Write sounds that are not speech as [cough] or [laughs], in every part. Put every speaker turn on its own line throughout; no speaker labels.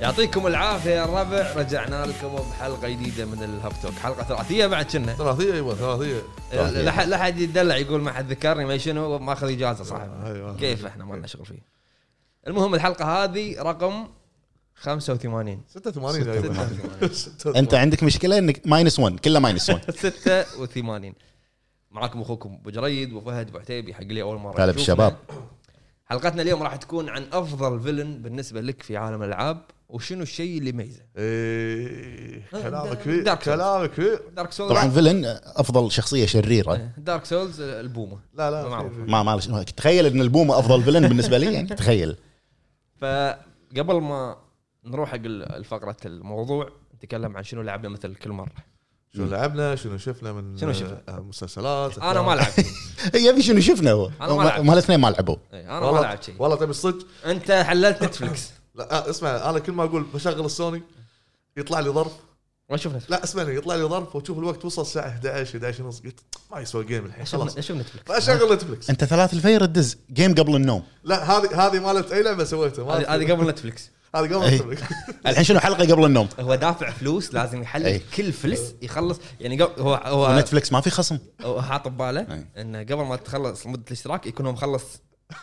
يعطيكم العافيه يا الربع رجعنا لكم بحلقه جديده من الهاب توك حلقه ثلاثيه بعد كنا
ثلاثيه ايوه ثلاثيه
طيب.
لا أحد- لا احد يدلع يقول ما حد ذكرني ما شنو ماخذ اجازه
آه،
صاحب
أيوة.
كيف احنا ما لنا شغل فيه المهم الحلقه هذه رقم 85
86 ايوه [laughs] 86.
انت عندك مشكله انك ماينس 1 كله
[laughs]
ماينس 1
86 معاكم اخوكم ابو جريد ابو فهد ابو عتيبي حق لي اول مره تشوفنا.
هلا بالشباب.
حلقتنا اليوم راح تكون عن افضل فيلن بالنسبه لك في عالم الالعاب وشنو الشيء اللي يميزه
إيه،
آه،
كلامك فيه
دارك سولز.
كلامك فيه
دارك سولز
طبعا فيلن افضل شخصيه شريره
دارك سولز البومه
لا لا
معروف.
في- في-
ما ما لش- تخيل ان البومه افضل فيلن بالنسبه لي يعني تخيل
فقبل ما نروح حق الفقره الموضوع نتكلم عن شنو لعبنا مثل كل مره
شنو لعبنا شنو شفنا من
شنو شفنا؟
آه، مسلسلات
انا ما لعبت
إيه، يبي شنو شفنا هو
أنا ما لعبت.
هم الاثنين ما لعبوا
إي، انا إيه، ما
والله-
لعبت شيء
والله تبي الصدق
انت حللت نتفلكس
لا آه، اسمع انا كل ما اقول بشغل السوني يطلع لي ظرف
ما شوف نتفلكس
لا اسمعني يطلع لي ظرف واشوف الوقت وصل الساعه 11 11 ونص قلت ما يسوى جيم الحين إيه، خلاص
شوف نتفلكس
فاشغل نتفلكس
انت ثلاث الفير تدز جيم قبل النوم
لا هذه هذه مالت اي لعبه سويتها ما
هذه هذه قبل إيه. نتفلكس
هذه قبل
إي.
نتفلكس
الحين شنو حلقه قبل النوم
هو دافع فلوس لازم
إي.
إيه.
يحلل كل فلس يخلص يعني قبل هو هو
ونتفلكس ما في خصم
هو حاط بباله
إيه.
إي.
انه قبل ما تخلص مده الاشتراك يكون هو مخلص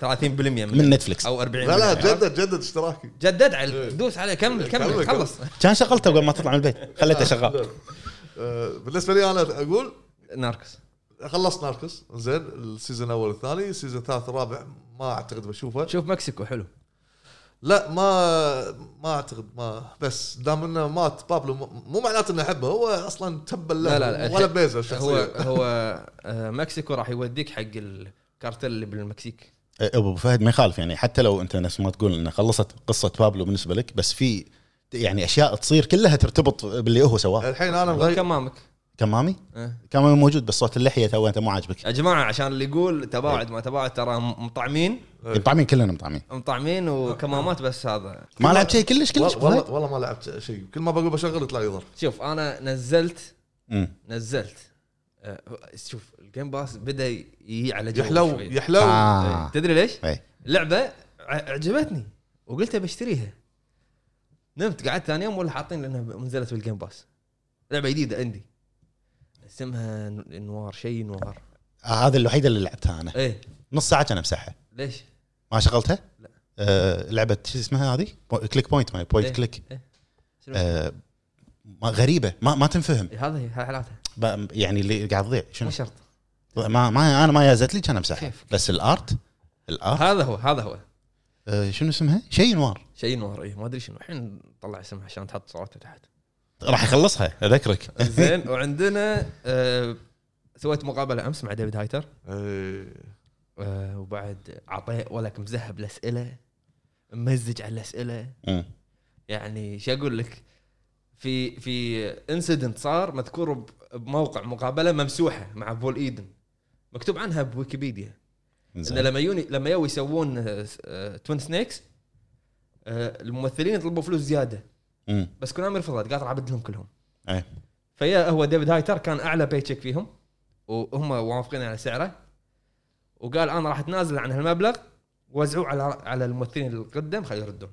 30% من
من نتفلكس
او 40
لا إيه. لا جدد جدد اشتراكي
جدد على دوس عليه كمل كمل
كمل.
خلص
كان شغلته قبل ما تطلع من البيت خليته
[laughs]
شغال
نعم. آه، بالنسبه لي انا اقول
ناركس
خلصت ناركس زين السيزون الاول والثاني السيزون الثالث الرابع ما اعتقد بشوفه
شوف مكسيكو حلو
لا ما ما اعتقد ما بس دام انه مات بابلو م- مو معناته انه احبه هو اصلا تبا له
لا لا لا
ولا بيزه
هو [laughs]
الشخصيه
هو آه، مكسيكو راح يوديك حق الكارتل اللي بالمكسيك
ابو إيه، فهد ما يخالف يعني حتى لو انت نفس ما تقول انه خلصت قصه بابلو بالنسبه لك بس في يعني اشياء تصير كلها ترتبط باللي هو
إيه.
سواه
الحين انا مغير
كمامك
كمامي
آه.
كمامي موجود بس صوت اللحيه تو انت مو عاجبك
يا جماعه عشان اللي يقول تباعد ما تباعد ترى مطعمين
مطعمين كلنا مطعمين
مطعمين وكمامات بس هذا
ما لعبت شيء كلش كلش
وال- والله والله ما لعبت شيء كل ما بقول بشغل يطلع لي ظرف
شوف انا نزلت
مم.
نزلت آه، شوف الجيم باس بدا يجي على جو
يحلو
شوي.
يحلو
آه.
تدري ليش؟
إي.
لعبه ع- عجبتني وقلت بشتريها نمت قعدت ثاني يوم ولا حاطين لانها ب- نزلت بالجيم باس لعبه جديده عندي اسمها ن- نوار شيء نوار
آه، هذا الوحيده اللي لعبتها انا
ايه
نص ساعه كان امسحها
ليش؟
ما شغلتها؟
لا.
آه لعبه شو اسمها هذه؟ بو- كليك بوينت ما بوينت
إيه.
كليك
شنو؟
آه ما غريبه ما ما تنفهم
إيه، هذا هي هذا حالاتها
ب- يعني اللي قاعد تضيع شنو
مو شرط
ما, ما انا ما يازت لي كان امسحها
كيف؟
بس الارت الارت
هذا هو هذا هو
آه شنو اسمها؟ شيء نوار
شيء نوار ايه ما ادري شنو الحين نطلع اسمها عشان تحط صورته تحت
راح يخلصها اذكرك
زين وعندنا آه سويت مقابله امس مع ديفيد هايتر
إيه.
آه وبعد عطيه ولك مذهب الاسئله ممزج على الاسئله
مم.
يعني شو اقول لك في في انسيدنت صار مذكور ب- بموقع مقابله ممسوحه مع بول ايدن مكتوب عنها بويكيبيديا انه
زين.
لما يوني لما يو يسوون آه، توين سنيكس آه، الممثلين يطلبوا فلوس زياده
مم.
بس كونامي رفضت قالت راح ابدلهم كلهم
إيه.
فيا هو ديفيد هايتر كان اعلى باي تشيك فيهم وهم وافقين على سعره وقال انا راح اتنازل عن هالمبلغ وزعوه على على الممثلين القدم خليه يردون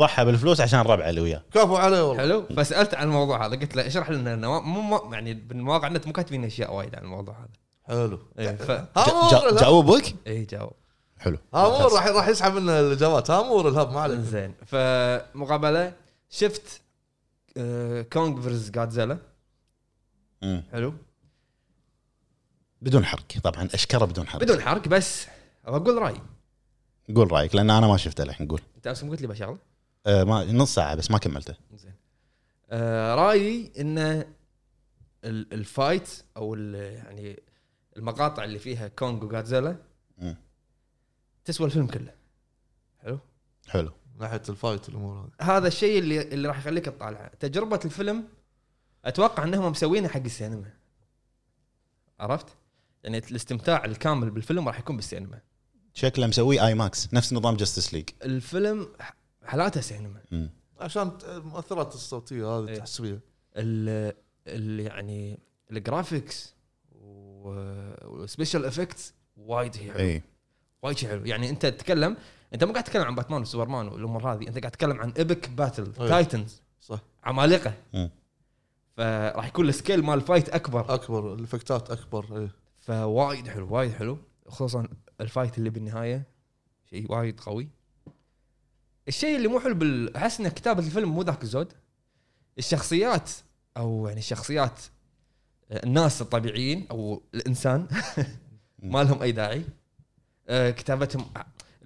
ضحى بالفلوس عشان ربعه اللي وياه
كفو عليه والله
حلو فسالت عن الموضوع هذا قلت له اشرح لنا انه مو مو- يعني بالمواقع انت مو كاتبين اشياء وايد عن الموضوع هذا
حلو
إيه، ف-
ج-
هامور
جا-
الهب-
جاوبك؟
اي جاوب
حلو
هامور راح راح يسحب منه الاجابات هامور الهب ما عليك
زين فمقابله شفت آه، كونغ فيرز جادزيلا
مم.
حلو
بدون حرق طبعا اشكره بدون حرق
بدون حرق بس أبغى اقول رايي
قول رايك لان انا ما شفته الحين قول
انت امس قلت لي بشغله
آه ما نص ساعه بس ما كملته
زين آه، رايي ان ال- الفايت او ال- يعني المقاطع اللي فيها كونغ وجادزيلا
مم.
تسوى الفيلم كله حلو
حلو
ناحيه الفايت والامور هذه
هذا الشيء اللي اللي راح يخليك تطالعه تجربه الفيلم اتوقع انهم مسوينها حق السينما عرفت يعني الاستمتاع الكامل بالفيلم راح يكون بالسينما
شكله مسوي اي ماكس نفس نظام جاستس ليج
الفيلم ح- حالاته سينما
عشان ت- المؤثرات الصوتيه
إيه.
هذه تحس فيها
ال ال يعني الجرافيكس والسبيشال افكتس وايد هي حلو
اي
وايد شي حلو يعني انت تتكلم انت مو قاعد تتكلم عن باتمان وسوبرمان والامور هذه انت قاعد تتكلم عن ايبك باتل
أيوة.
تايتنز
صح.
عمالقه
مم.
فراح يكون السكيل مال الفايت اكبر
اكبر الافكتات اكبر ايه
فوايد حلو وايد حلو خصوصا الفايت اللي بالنهايه شيء وايد قوي الشيء اللي مو حلو بال- احس ان كتابه الفيلم مو ذاك الزود الشخصيات او يعني الشخصيات الناس الطبيعيين او الانسان [laughs] ما لهم اي داعي آه، كتابتهم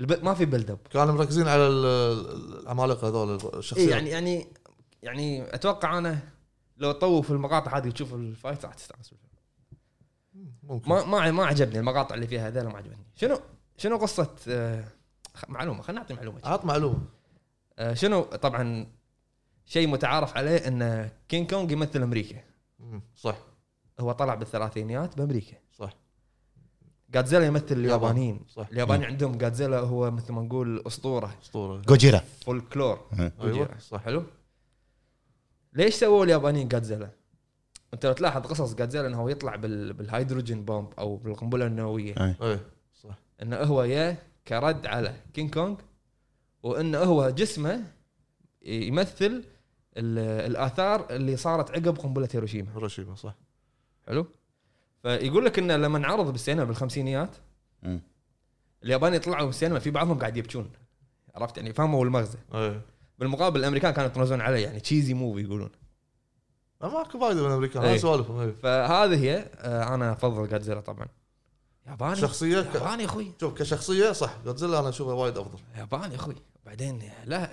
الب- ما في إيه، بيلد اب
كانوا مركزين على ال- ال- العمالقه هذول
إيه
الشخصيات
يعني يعني يعني اتوقع انا لو طوف المقاطع هذه وتشوف الفايت راح تستانس بالفيلم.
ممكن
ما ما ما عجبني المقاطع اللي فيها هذول ما عجبتني شنو شنو قصه آه، خ- معلومه خلينا نعطي معلومه
عط معلومه
آه، شنو طبعا شيء متعارف عليه ان كينج كونج يمثل امريكا
مم، صح
هو طلع بالثلاثينيات بامريكا
صح
جادزيلا يمثل
اليابان.
اليابانيين
صح
الياباني عندهم جادزيلا هو مثل ما نقول اسطوره
اسطوره
جوجيرا
فولكلور
ايوه صح
حلو ليش سووا اليابانيين جادزيلا؟ انت لو تلاحظ قصص جادزيلا انه هو يطلع بال... بالهيدروجين بومب او بالقنبله النوويه
ايه صح
انه هو يا كرد على كينج كونج وانه هو جسمه يمثل ال- الاثار اللي صارت عقب قنبله هيروشيما
هيروشيما صح
حلو فيقول لك انه لما انعرض بالسينما بالخمسينيات
مم.
اليابان يطلعوا بالسينما في بعضهم قاعد يبكون عرفت يعني فهموا المغزى
ايه
بالمقابل الامريكان كانوا يطنزون عليه يعني تشيزي موفي يقولون
ما ماكو فايده من الامريكان
إيه.
هاي سوالفهم ايه
فهذه هي آه، انا افضل جادزيلا طبعا ياباني
شخصيه ك...
ياباني اخوي
شوف كشخصيه صح جودزيلا انا اشوفها وايد افضل
ياباني اخوي بعدين لا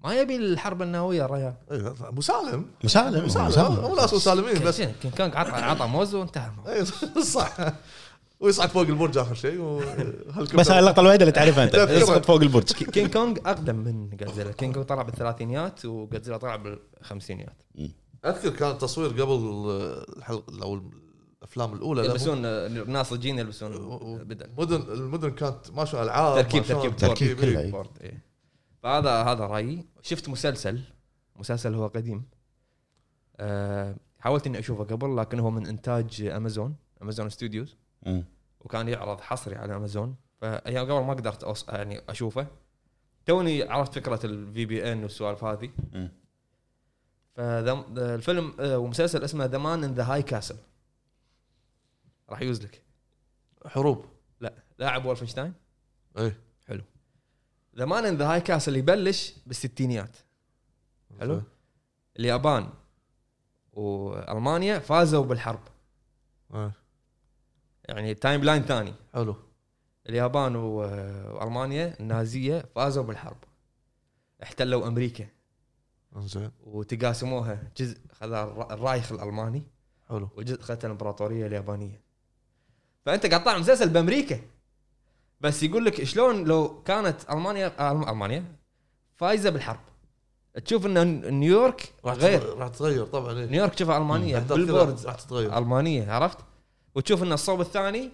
ما يبي الحرب النوويه الرجال
ايه مسالم مسالم
مسالم مسالم
هم ناس مسالمين بس
إيه، بس كان كان عطى عطى موز وانتهى الموضوع.
ايه صح [laughs] ويصعد فوق البرج اخر شيء و...
بس هاي اللقطه الوحيده اللي تعرفها انت
تذكرت.
يسقط فوق البرج
كي- كينج كونج اقدم من جادزيلا كينج كونج طلع بالثلاثينيات وجادزيلا طلع بالخمسينيات
اذكر كان التصوير قبل الحلقه او الافلام الاولى لا،
يلبسون آه، ناصجين يلبسون
و- آه، و-
بدل
مدن المدن كانت ما شاء الله العاب
تركيب
ما شاء الله
تركيب
بورد.
تركيب كله.
إيه.
إيه.
بورد إيه. فهذا هذا رايي شفت مسلسل مسلسل هو قديم أه حاولت اني اشوفه قبل لكن هو من انتاج امازون امازون ستوديوز
مم.
وكان يعرض حصري على امازون فايام قبل ما قدرت أوص... يعني اشوفه توني عرفت فكره الفي بي ان والسوالف هذه
مم.
فالفيلم آه، ومسلسل اسمه ذا مان ان ذا هاي كاسل راح يوز لك
حروب
لاعب وولفنشتاين
ايه
ذا مان ان ذا هاي كاسل يبلش بالستينيات حلو. اليابان والمانيا فازوا بالحرب
إيه.
يعني تايم لاين ثاني
حلو
اليابان و- والمانيا النازيه فازوا بالحرب احتلوا امريكا
زين
وتقاسموها جزء خذها الر- الرايخ الالماني
حلو
وجزء خذته الامبراطوريه اليابانيه فانت قاعد طالع مسلسل بامريكا بس يقول لك شلون لو كانت المانيا آه، المانيا فايزه بالحرب تشوف ان نيويورك
راح
غير
غير راح تتغير طبعا ايه
نيويورك تشوفها المانيه
أحداث كذا
بالبوردز
راح تتغير
المانيه عرفت وتشوف ان الصوب الثاني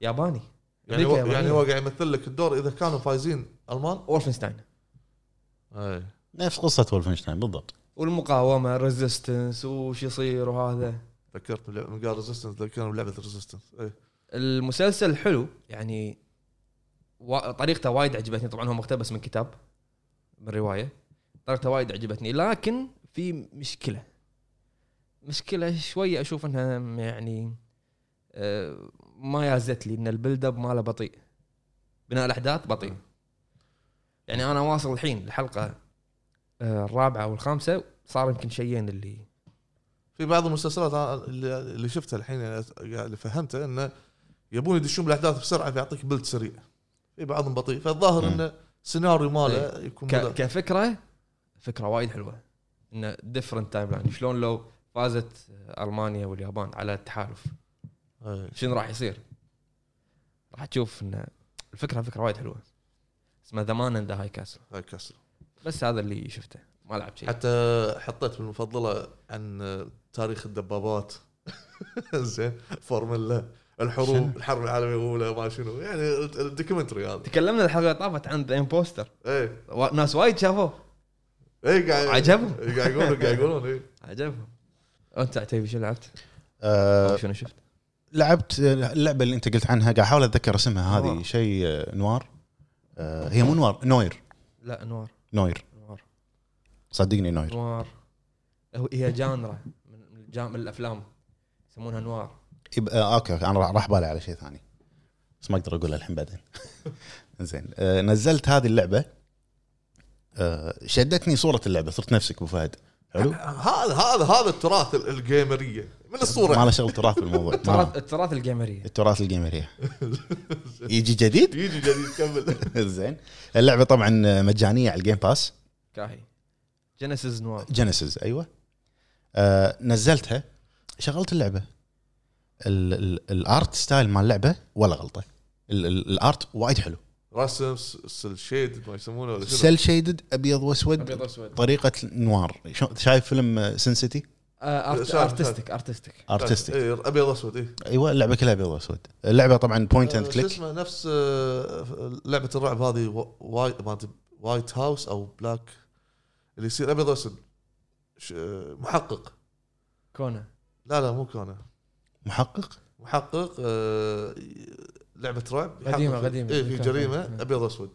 ياباني
يعني هو
أمريكا
يعني
يابانية.
هو قاعد يمثل لك الدور اذا كانوا فايزين المان
وولفنشتاين
ايه
نفس قصه ولفنشتاين بالضبط
والمقاومه ريزيستنس وش يصير وهذا
تذكرت بلعبة- من قال ريزيستنس تذكرنا بلعبه ريزيستنس ايه
المسلسل حلو يعني وا- طريقته وايد عجبتني طبعا هو مقتبس من كتاب من روايه طريقته وايد عجبتني لكن في مشكله مشكله شويه اشوف انها م- يعني آه، ما يازت لي ان البيلد اب ماله بطيء بناء الاحداث بطيء يعني انا واصل الحين الحلقه آه، الرابعه والخامسه صار يمكن شيئين اللي
في بعض المسلسلات أنا اللي اللي شفتها الحين يعني اللي فهمته انه يبون يدشون بالاحداث بسرعه فيعطيك بلد سريع في بعضهم بطيء فالظاهر
مم.
انه السيناريو ماله يكون
ك...
مدى.
كفكره فكره وايد حلوه انه ديفرنت تايم لاين شلون لو فازت المانيا واليابان على التحالف
إيه.
شنو راح يصير؟ راح تشوف ان الفكره فكره وايد حلوه اسمها ذا مان ذا هاي كاسل
هاي كسر
بس هذا اللي شفته ما لعبت شيء
حتى حطيت بالمفضله عن تاريخ الدبابات [laughs] زين فورمولا الحروب الحرب العالميه الاولى ما شنو يعني الدوكيومنتري هذا
تكلمنا الحلقه اللي طافت عن ذا امبوستر
ايه
ناس وايد شافوه
ايه قاعد
عجبهم.
إيه، قاعد يقولون قاعد يقولون ايه [laughs]
عجبهم انت عتيبي شو لعبت؟
آه،
أو شنو شفت؟
لعبت اللعبه اللي انت قلت عنها قاعد احاول اتذكر اسمها
نوار.
هذه شيء آه، نوار آه، آه، هي مو نوار نوير
لا نوار
نوير
نوار
صدقني نوير
نوار هو- هي جانرا من من جا- من الافلام يسمونها نوار
يبقى آه، اوكي اوكي انا راح- راح بالي على شيء ثاني بس ما اقدر اقولها الحين بعدين [laughs] زين آه، نزلت هذه اللعبه آه، شدتني صوره اللعبه صرت نفسك ابو فهد
[laughs]
حلو
هذا هذا هذا التراث ال- الجيمريه من
ما
الصوره
له شغل تراث بالموضوع ما-
التراث التراث الجيمريه
التراث الجيمري يجي جديد [laughs]
يجي جديد كمل
زين اللعبه طبعا مجانيه على الجيم باس
كاهي جينيسيس نوار
جينيسيس ايوه آه نزلتها شغلت اللعبه ال- ال- الارت ستايل مال اللعبه ولا غلطه ال- ال- الارت وايد حلو
رسم سل شيد ما يسمونه ولا شنو
سيل شيدد ابيض واسود
ابيض واسود
طريقه نوار شو- شايف فيلم سنسيتي
آه،
شاف-
ارتستيك ارتستيك
ارتستيك
إيه، ابيض اسود اي
ايوه اللعبه كلها ابيض واسود اللعبه طبعا بوينت اند
شو
كليك
اسمه نفس آه، لعبه الرعب هذه وا- وايت ما أدري، وايت هاوس او بلاك اللي يصير ابيض اسود ش- آه، محقق
كونا
لا لا مو كونه
محقق
محقق آه، لعبه رعب
قديمة-
يحقق-
قديمة.
ايه في جريمه
إيه.
ابيض اسود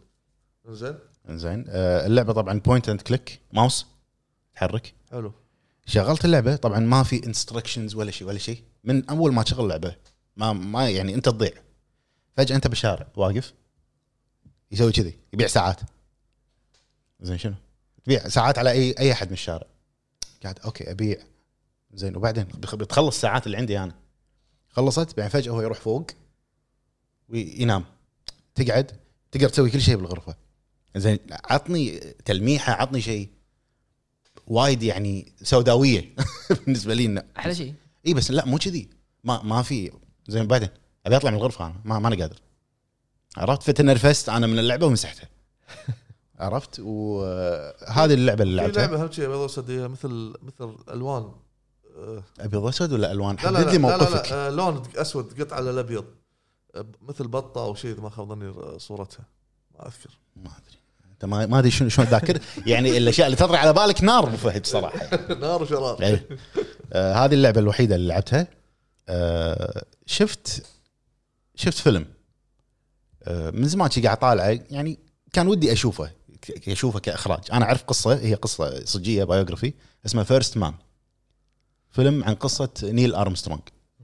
زين
زين آه اللعبه طبعا بوينت اند كليك ماوس تحرك
حلو
شغلت اللعبه طبعا ما في انستركشنز ولا شيء ولا شيء من اول ما تشغل اللعبه ما ما يعني انت تضيع فجاه انت بالشارع واقف يسوي كذي يبيع ساعات زين شنو؟ تبيع ساعات على اي اي احد من الشارع قاعد اوكي ابيع زين وبعدين بخ- بتخلص الساعات اللي عندي انا خلصت بعدين فجاه هو يروح فوق وينام تقعد تقدر تسوي كل شيء بالغرفه زين عطني تلميحه عطني شيء وايد يعني [laughs] سوداويه بالنسبه لي إنه-
احلى شيء
اي بس لا مو كذي ما ما في زين بعدين ابي اطلع من الغرفه انا ما, ما انا قادر عرفت فتنرفزت انا من
[laughs]
اللعبه ومسحتها عرفت وهذه اللعبه اللي
في
لعبتها
لعبه اهم شيء ابيض اسود هي مثل مثل الوان آه،
ابيض اسود ولا الوان
لا لا
حدد
لا,
لي
لا, لا,
موقفك
لا آه، لون اسود قط على الابيض آه، مثل بطه او شيء إذا ما خاب ظني آه، صورتها ما اذكر
[laughs] ما ادري انت ما ما ادري شنو شلون ذاكر يعني الاشياء اللي تطري على بالك نار ابو فهد صراحه
نار وشرار
إيه. آه، هذه اللعبه الوحيده اللي لعبتها آه، شفت شفت فيلم آه، من زمان شي قاعد طالعه يعني كان ودي اشوفه ك- اشوفه كاخراج انا اعرف قصه هي قصه صجيه بايوغرافي اسمها فيرست مان فيلم عن قصه نيل ارمسترونج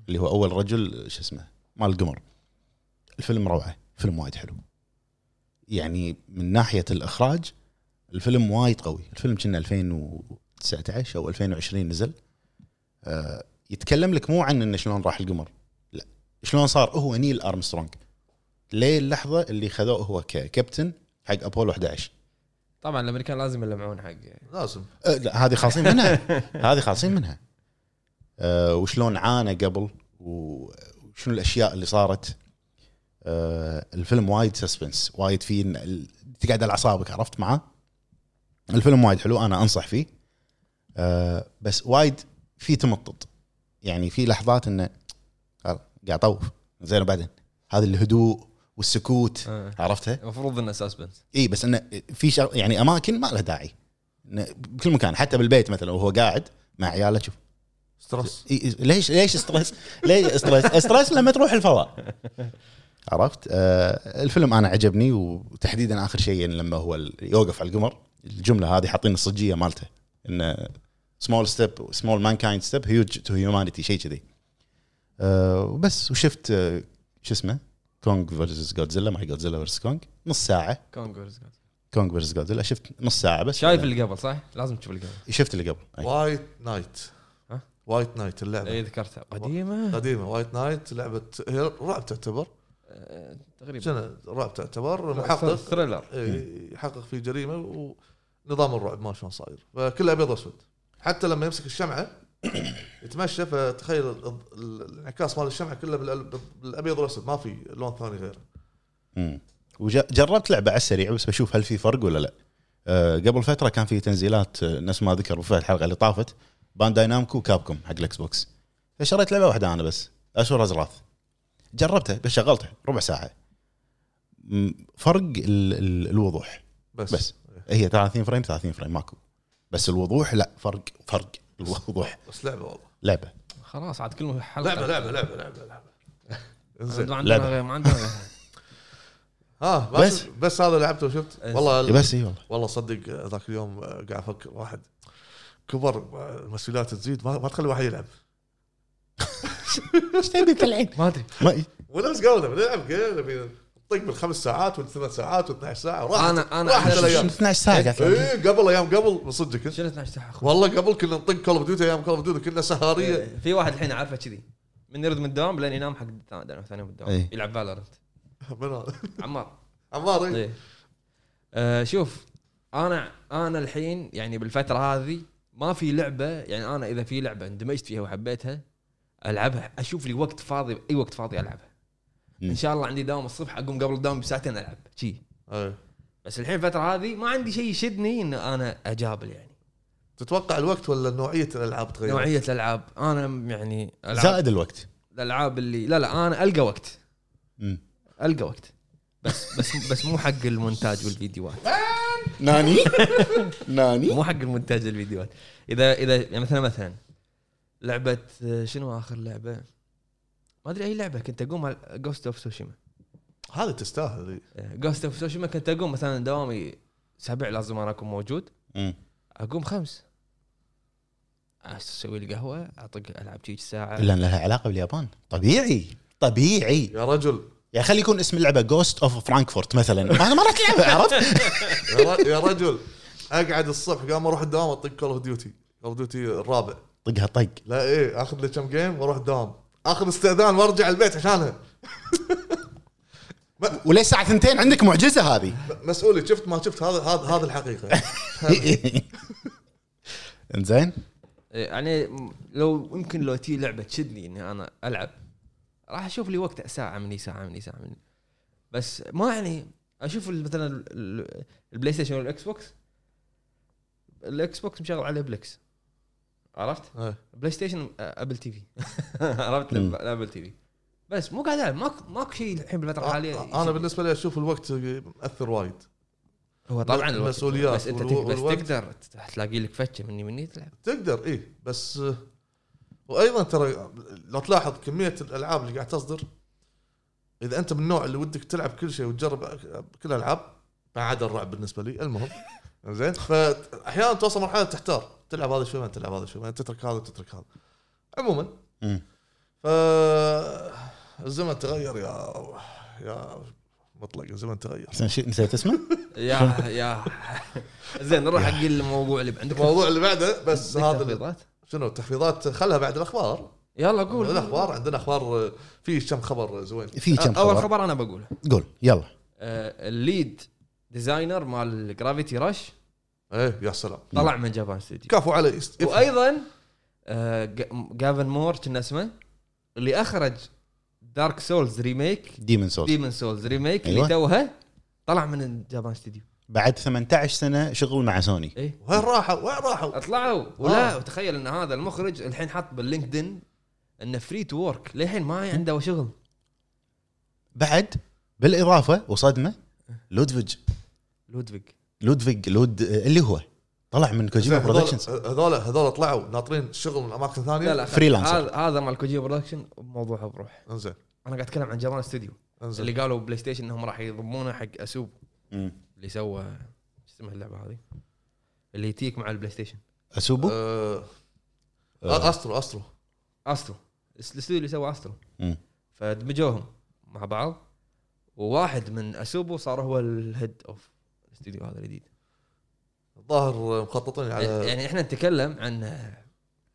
اللي هو اول رجل شو اسمه مال القمر الفيلم روعه فيلم وايد حلو يعني من ناحيه الاخراج الفيلم وايد قوي الفيلم كنا 2019 او 2020 نزل آه، يتكلم لك مو عن انه شلون راح القمر لا شلون صار هو نيل ارمسترونج ليه اللحظه اللي خذوه هو ككابتن حق ابولو 11
طبعا الامريكان لازم يلمعون حق
لازم
أه لا هذه خالصين منها [laughs] هذه خالصين منها أه وشلون عانى قبل و- وشنو الاشياء اللي صارت أه الفيلم وايد سسبنس وايد فيه إن ال- تقعد على اعصابك عرفت معاه الفيلم وايد حلو انا انصح فيه أه بس وايد في تمطط يعني في لحظات انه قاعد اطوف زين وبعدين هذا الهدوء والسكوت
آه.
عرفتها
المفروض انه ساسبنس
اي إيه، بس انه في شغ... يعني اماكن ما لها داعي إنه بكل مكان حتى بالبيت مثلا وهو قاعد مع عياله شوف
ستريس
إي- إي- ليش ليش ستريس؟ ليش ستريس؟ ستريس لما تروح الفضاء عرفت؟ آه الفيلم انا عجبني وتحديدا اخر شيء يعني لما هو ال- يوقف على القمر الجمله هذه حاطين الصجيه مالته انه سمول ستيب سمول مان كايند ستيب هيوج تو هيومانيتي شيء كذي آه وبس وشفت آه شو اسمه كونغ فيرسز جودزيلا مع جودزيلا فيرسز كونغ نص ساعه
كونغرز
كونغ فيرس جودزيلا شفت نص ساعه بس
شايف اللي قبل صح؟ لازم تشوف اللي قبل
شفت اللي قبل أي.
وايت نايت
ها؟
وايت نايت اللعبه
إيه.
اي إيه، ذكرتها قديمه
قديمه وايت نايت لعبه هي رعب تعتبر
آه،
إيه.
تقريبا
شنو رعب تعتبر محقق
ثريلر
إيه، يحقق في جريمه ونظام الرعب ما شلون صاير فكله ابيض اسود حتى لما يمسك الشمعه [coughs] يتمشى فتخيل ال- ال- الانعكاس مال الشمعه كله بالأل- بالابيض والاسود ما في لون ثاني غيره
مم. وجربت لعبه على السريع بس بشوف هل في فرق ولا لا أه قبل فتره كان في تنزيلات آه، نفس ما ذكر في الحلقه اللي طافت بانداي نامكو كابكم حق الاكس بوكس فشريت لعبه واحده انا بس اشهر ازراث جربتها بس شغلتها ربع ساعه مم، فرق ال ال الوضوح
بس إيه.
بس. هي 30 فريم 30 فريم ماكو بس الوضوح لا فرق فرق الوضوح
بس لعبه والله
لعبه
خلاص عاد كل حلقه
لعبه لعبه لعبه لعبه لعبه
ما
انزين
عندنا
لعبة.
[laughs] غير ما عندنا غير
ها
بس.
بس بس هذا لعبته وشفت
إيه.
والله
بس اي والله
والله صدق ذاك اليوم آه، قاعد افكر واحد كبر المسؤوليات تزيد ما, ما تخلي واحد يلعب
ايش تبي تلعب؟
ما ادري
ما-
ونفس قولنا بنلعب جيم نبي نطق بالخمس ساعات والثمان ساعات و12 ساعه راحت
انا انا
راحت
أنا-
الأيام.
12 ساعه قاعد تلعب.
اي إيه، قبل ايام قبل بصدقك
شنو 12 ساعه أخوي؟
والله قبل كنا نطق كول اوف ديوتي ايام كول اوف ديوتي كنا سهريه
آه، في واحد الحين عارفه كذي من يرد من الدوام لين ينام حق الثاني ثاني يوم بالدوام
إيه.
يلعب فالورنت
[laughs] من هذا؟
عمار
عمار إيه.
إيه. آه، شوف انا انا الحين يعني بالفتره هذه ما في لعبه يعني انا اذا في لعبه اندمجت فيها وحبيتها العبها اشوف لي وقت فاضي اي وقت فاضي العبها
مم.
ان شاء الله عندي دوام الصبح اقوم قبل الدوام بساعتين العب شي
إيه.
بس الحين الفتره هذه ما عندي شيء يشدني ان انا اجابل يعني
تتوقع الوقت ولا نوعيه الالعاب تغير؟
نوعيه الالعاب انا يعني العاب
طيب. زائد الوقت
الالعاب اللي لا لا انا القى وقت
مم.
القى وقت بس بس بس مو حق المونتاج والفيديوهات
ناني [laughs] ناني
مو حق المونتاج الفيديوهات اذا اذا يعني مثلا مثلا لعبه آه، شنو اخر لعبه ما ادري اي لعبه كنت اقوم على جوست اوف سوشيما
هذه تستاهل إيه.
جوست اوف سوشيما كنت اقوم مثلا دوامي سبع لازم انا اكون موجود
مم.
اقوم خمس اسوي القهوه اطق العب شيء ساعه
الا إن لها علاقه باليابان طبيعي طبيعي
يا رجل
يا خلي يكون اسم اللعبه جوست اوف فرانكفورت مثلا انا ما راح تلعبها [laughs] عرفت؟
يا ر- يا رجل اقعد الصبح قام اروح الدوام اطق كول اوف ديوتي كول اوف ديوتي الرابع
طقها طق
لا ايه اخذ لي كم جيم واروح الدوام اخذ استئذان وارجع البيت عشانها
وليه الساعه 2 عندك معجزه هذه [laughs]
مسؤولي شفت ما شفت هذا هذا هذا الحقيقه
انزين
إيه، يعني م- لو يمكن لو تي لعبه تشدني اني انا العب راح اشوف لي وقت ساعه مني ساعه مني ساعه مني بس ما يعني اشوف ال- مثلا ال- ال- البلاي ستيشن والاكس بوكس الاكس بوكس مشغل عليه بلكس عرفت؟
إيه.
بلاي ستيشن آه، ابل تي في [laughs] عرفت
مم.
ابل تي في بس مو قاعد العب ماكو ماكو شيء الحين
آه،
بالفتره الحاليه
أ- انا
يشدني.
بالنسبه لي اشوف الوقت مأثر وايد
هو طبعا الوقت.
المسؤوليات
بس انت
والو-
تك- بس
والوقت.
تقدر تلاقي لك فتشه مني مني تلعب
تقدر ايه بس آه، وايضا ترى لو تلاحظ كميه الالعاب اللي قاعد تصدر اذا انت من النوع اللي ودك تلعب كل شيء وتجرب أك- كل الالعاب ما عدا الرعب بالنسبه لي المهم زين فاحيانا توصل مرحله تحتار تلعب هذا شوي ما تلعب هذا شوي ما تترك هذا وتترك هذا عموما
مم.
ف الزمن تغير يا يا مطلق الزمن تغير
زين، شو- نسيت اسمه؟
يا يا [laughs] زين نروح حق الموضوع اللي عندك
الموضوع اللي بعده بس
عندك
هذا اللي-
تخفيضات
شنو التخفيضات خلها بعد الاخبار
يلا قول
الاخبار عندنا اخبار في كم خبر زوين
في كم
اول
خبر
خبر انا بقوله
قول يلا
آه، الليد ديزاينر مال جرافيتي رش
ايه يا سلام
طلع من جابان ستوديو
كفو علي است- افهم.
وايضا آه، جا- جافن مور كنا اسمه اللي اخرج دارك سولز ريميك
ديمن سولز
ديمن سولز ريميك
أيوة.
اللي توها طلع من جابان ستوديو
بعد 18 سنه شغل مع سوني
ايه
وين راحوا وين راحوا
اطلعوا ولا
آه.
وتخيل ان هذا المخرج الحين حاط باللينكدين انه فري تو ورك للحين ما عنده شغل
بعد بالاضافه وصدمه لودفيج
لودفيج
لودفيج لود اللي هو طلع من كوجيما
زين، هذول-
برودكشنز
هذول هذول طلعوا ناطرين شغل من اماكن ثانيه
لا لا خل-
فريلانسر.
هذا هذا مال كوجي برودكشن موضوعه بروح
انزين
انا قاعد اتكلم عن جبان استوديو
انزين
اللي قالوا بلاي ستيشن انهم راح يضمونه حق اسوب
مم.
اللي سوى شو اسمها اللعبه هذه اللي تيك مع البلاي ستيشن
اسوبو
آه،
آه.
استرو استرو
استرو الس- الاستوديو اللي سوى استرو
مم.
فدمجوهم مع بعض وواحد من اسوبو صار هو الهيد اوف الاستوديو هذا الجديد
الظاهر مخططين على
يعني احنا نتكلم عن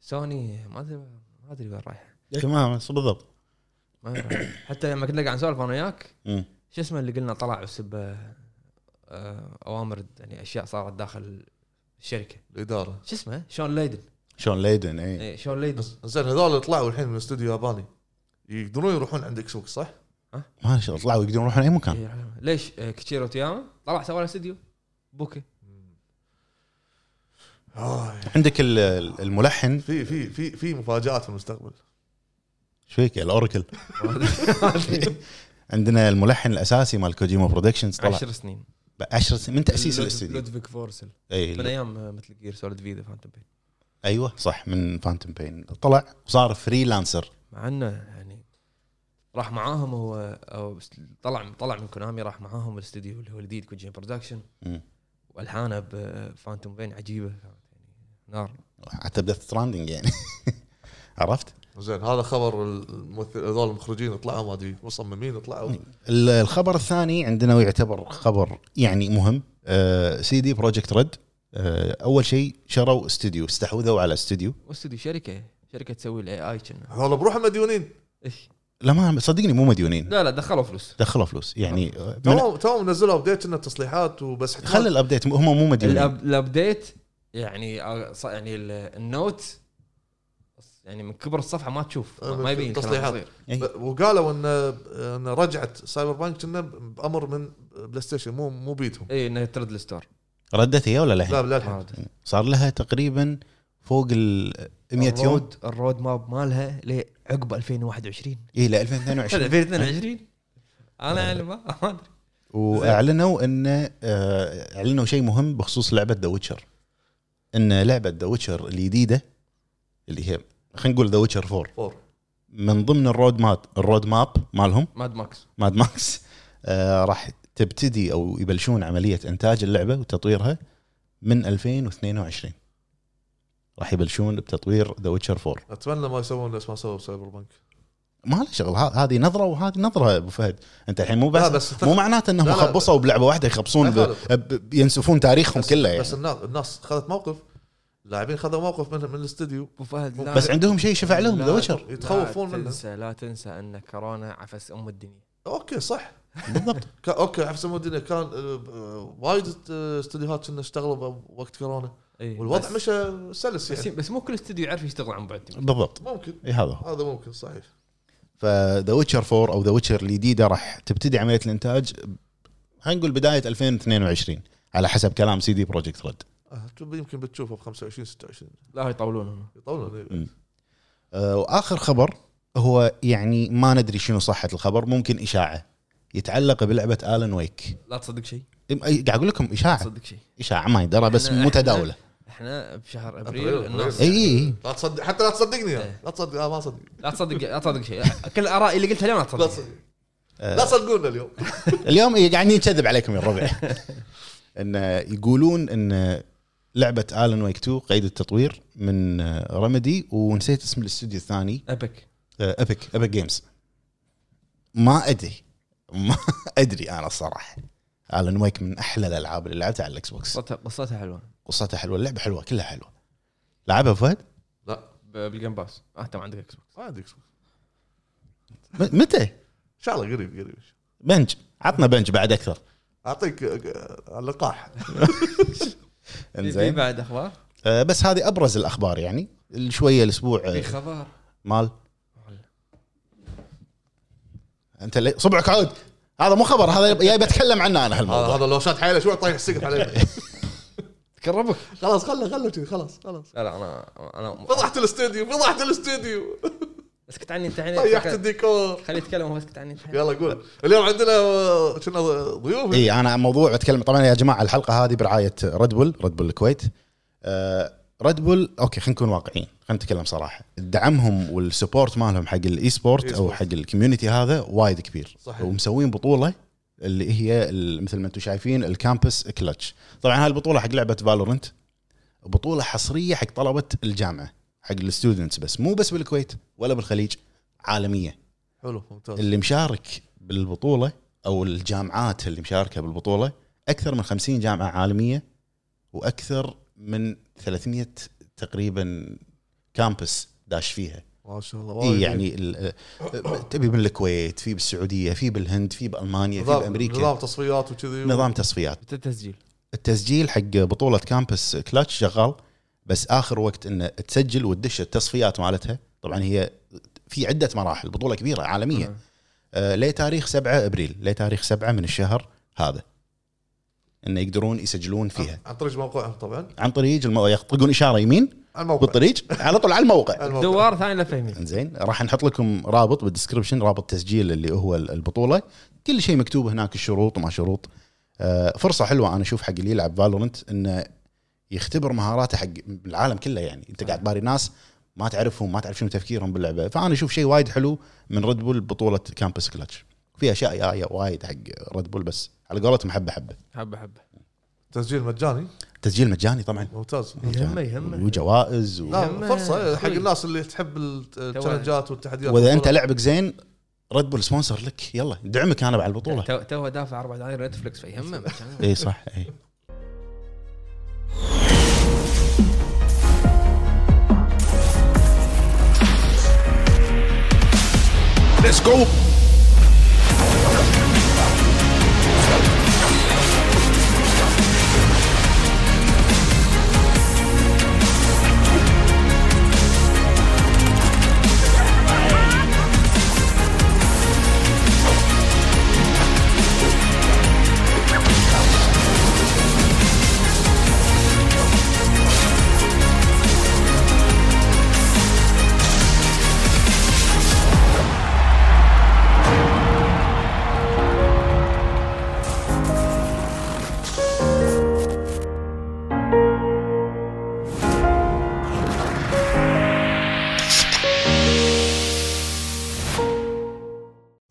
سوني ما ادري ما ادري وين رايحه
تمام بس بالضبط
ما أدري وين رايحة. حتى لما كنا قاعد نسولف انا وياك
مم.
شو اسمه اللي قلنا طلع بسبب آه، اوامر يعني اشياء صارت داخل الشركه
الاداره
شو اسمه شون ليدن
شون ليدن إيه. اي
اي شون ليدن
زين هذول اللي طلعوا الحين من استوديو ياباني يقدرون يروحون عند اكس بوكس صح؟
ما شاء الله طلعوا يقدرون يروحون اي مكان
إيه، ليش آه، كتشيرو تياما طلع سوى له استوديو بوكي
آه،
عندك ال- ال- الملحن
في في في في مفاجات في المستقبل
شو فيك الاوراكل عندنا الملحن الاساسي مال كوجيما برودكشنز طلع
10 سنين
10 سنين من تاسيس
لود-
الاستوديو
لودفيك فورسل
اي
من ايام آه، مثل جير سوليد في ذا فانتوم بين
أيوة، ايوه صح من فانتوم بين طلع وصار فريلانسر
مع انه يعني راح معاهم هو أو طلع طلع من كونامي راح معاهم الاستديو اللي هو الجديد كوجين برودكشن
مم.
والحانه بفانتوم بين عجيبه كانت يعني نار
حتى بدث ستراندنج يعني [laughs] عرفت؟
زين هذا خبر الممثل هذول المخرجين طلعوا ما ادري مصممين طلعوا
ال- الخبر الثاني عندنا ويعتبر خبر يعني مهم آه، سي دي بروجكت ريد آه، اول شيء شروا استوديو استحوذوا على استوديو
واستديو شركه شركه تسوي الاي اي كنا
هذول بروحهم مديونين
إيش؟
لا ما صدقني مو مديونين
لا لا دخلوا فلوس
دخلوا فلوس يعني آه، من-
توهم توهم نزلوا ابديت انه تصليحات وبس احتمال-
خلي الابديت هم مو مديونين
الأب- الابديت يعني آه، ص- يعني ال- النوت يعني من كبر الصفحه ما تشوف ما- ما يبين الكلام
تصليحات.
اللي يصير.
إي.
ب- وقالوا ان ان رجعت سايبر بانك كنا بامر من بلاي ستيشن مو مو بيدهم
اي انه إيه، ترد الستور
ردت هي ولا
لا
لا
للحين
صار لها تقريبا فوق ال 100 يوم
الرود الرود ماب مالها لعقب 2021
اي إيه،
[laughs]
ل 2022
2022 انا يعني ما [laughs] ما ادري
واعلنوا ان آه، اعلنوا شيء مهم بخصوص لعبه ذا ويتشر ان لعبه ذا ويتشر الجديده اللي هي خلينا نقول ذا ويتشر 4
فور
من ضمن الرود ماب الرود ماب مالهم
ماد ماكس
ماد ماكس آه راح تبتدي او يبلشون عمليه انتاج اللعبه وتطويرها من 2022 راح يبلشون بتطوير ذا ويتشر 4
اتمنى ما يسوون نفس ما سووا سايبر بانك
ما له شغل ه- هذه نظره وهذه نظره ابو فهد انت الحين مو
لا،
بس,
بس-
مو معناته انهم
لا، لا.
خبصوا بلعبه واحده يخبصون
لا، لا،
ب... ب... ينسفون تاريخهم
بس,
كله يعني
بس الناس الناس خذت موقف اللاعبين خذوا موقف من من الاستديو
ابو فهد لا-
بس عندهم شيء شفع لهم
لا-
ذا ويتشر
يتخوفون
لا
منه
تنسى لا تنسى ان كورونا عفس ام الدنيا
اوكي صح [laughs]
بالضبط
كا- اوكي عفوا سمو الدنيا كان آه، آه، وايد آه، استديوهات كنا اشتغلوا ب- وقت كورونا
اي
والوضع
إيه، بس-
مش آه، سلس
بس,
يعني
بس مو كل استوديو يعرف يشتغل عن بعد
بالضبط
ممكن
اي هذا هو
هذا ممكن صحيح
فذا ويتشر 4 او ذا ويتشر الجديده راح تبتدي عمليه الانتاج ب- خلينا نقول بدايه 2022 على حسب كلام سي دي بروجكت ريد
آه، تب- يمكن بتشوفه ب 25 26
لا يطولون
يطولون إيه.
مم. آه، واخر خبر هو يعني ما ندري شنو صحه الخبر ممكن اشاعه يتعلق بلعبه الن ويك
لا تصدق شيء
إم- أي- قاعد اقول لكم
لا
اشاعه
تصدق شيء
اشاعه ما يدرى بس
إحنا-
متداوله
احنا بشهر
أبريل،
ابريل الناس
اي اي
لا تصدق حتى لا تصدقني
إيه.
يعني. لا تصدق آه، ما اصدق
لا تصدق لا تصدق شيء كل الارائي اللي قلتها اليوم لا
لا
تصدق
تصدق لا صدقونا اليوم
اليوم إيه قاعدين نكذب عليكم يا [laughs] الربع ان يقولون ان لعبه الن ويك 2 قيد التطوير من رمدي ونسيت اسم الاستوديو الثاني آه،
ابك
ابيك ابيك جيمز ما ادري ما ادري انا الصراحه الن ويك من احلى الالعاب اللي لعبتها على الاكس بوكس
قصتها قصتها حلوه
قصتها حلوه اللعبه حلوه كلها حلوه لعبها فهد
لا
ب- بالجيم باس آه، انت ما عندك اكس بوكس
ما عندي إكس بوكس.
م- متى
ان شاء الله قريب قريب
بنج عطنا بنج بعد اكثر
اعطيك آه، آه، لقاح
في- في
انزين
بعد اخبار
آه، بس هذه ابرز الاخبار يعني شويه الاسبوع آه،
إيه.
في خبر
مال انت لي... صبعك عود هذا مو خبر هذا جاي بتكلم عنه انا
هذا
هالموضوع
هذا لو شاد حيله شوي طايح السقف عليه
تقربك
خلاص خله خله كذي خلاص خلاص
لا لا انا انا
فضحت الاستوديو فضحت الاستوديو
اسكت عني انت
[laughs] طيحت
الحين
الديكور
خليه يتكلم هو اسكت عني انت الحين.
يلا قول اليوم عندنا آه، كنا ضيوف
اي انا عن موضوع بتكلم طبعا يا جماعه الحلقه هذه برعايه ريد بول ريد بول الكويت آه ريد بول اوكي خلينا نكون واقعيين خلينا نتكلم صراحه دعمهم والسبورت مالهم حق الاي سبورت او
إي-سبورت.
حق الكوميونتي هذا وايد كبير
صحيح.
ومسوين بطوله اللي هي ال- مثل ما انتم شايفين الكامبس كلتش طبعا هاي البطوله حق لعبه فالورنت بطوله حصريه حق طلبه الجامعه حق الستودنتس بس مو بس بالكويت ولا بالخليج عالميه
حلو ممتاز
اللي مشارك بالبطوله او الجامعات اللي مشاركه بالبطوله اكثر من 50 جامعه عالميه واكثر من 300 تقريبا كامبس داش فيها
ما شاء الله
إيه
وايد.
يعني ال- آه، تبي من الكويت في بالسعوديه في بالهند في بالمانيا في
نظام-
بامريكا
نظام تصفيات وكذي
نظام تصفيات
متى التسجيل
التسجيل حق بطوله كامبس كلاتش شغال بس اخر وقت انه تسجل وتدش التصفيات مالتها طبعا هي في عده مراحل بطوله كبيره عالميه
آه.
آه، لتاريخ 7 ابريل لتاريخ 7 من الشهر هذا انه يقدرون يسجلون فيها
عن طريق موقعهم طبعا
عن طريق المو... يطلقون اشاره يمين
عن موقع
بالطريق على طول على الموقع
عن موقع.
دوار ثاني لا فاهمين
زين راح نحط لكم رابط بالدسكربشن رابط تسجيل اللي هو البطوله كل شيء مكتوب هناك الشروط وما شروط آه، فرصه حلوه انا اشوف حق اللي يلعب فالورنت انه يختبر مهاراته حق العالم كله يعني انت قاعد باري ناس ما تعرفهم ما تعرف شنو تفكيرهم باللعبه فانا اشوف شيء وايد حلو من ريد بول بطوله كامبس كلتش في اشياء جايه وايد حق ريد بول بس على قولتهم حبه حبه
حبه حبه
تسجيل مجاني
تسجيل مجاني طبعا
ممتاز
يهمه يهمه
وجوائز و...
لا فرصه حق
أخوي.
الناس اللي تحب التشالنجات والتحديات
واذا انت لعبك زين ريد بول سبونسر لك يلا دعمك انا بعد البطوله
تو- تو دافع 4 دنانير نتفلكس فيهمه
إيه.
اي صح اي
Let's go.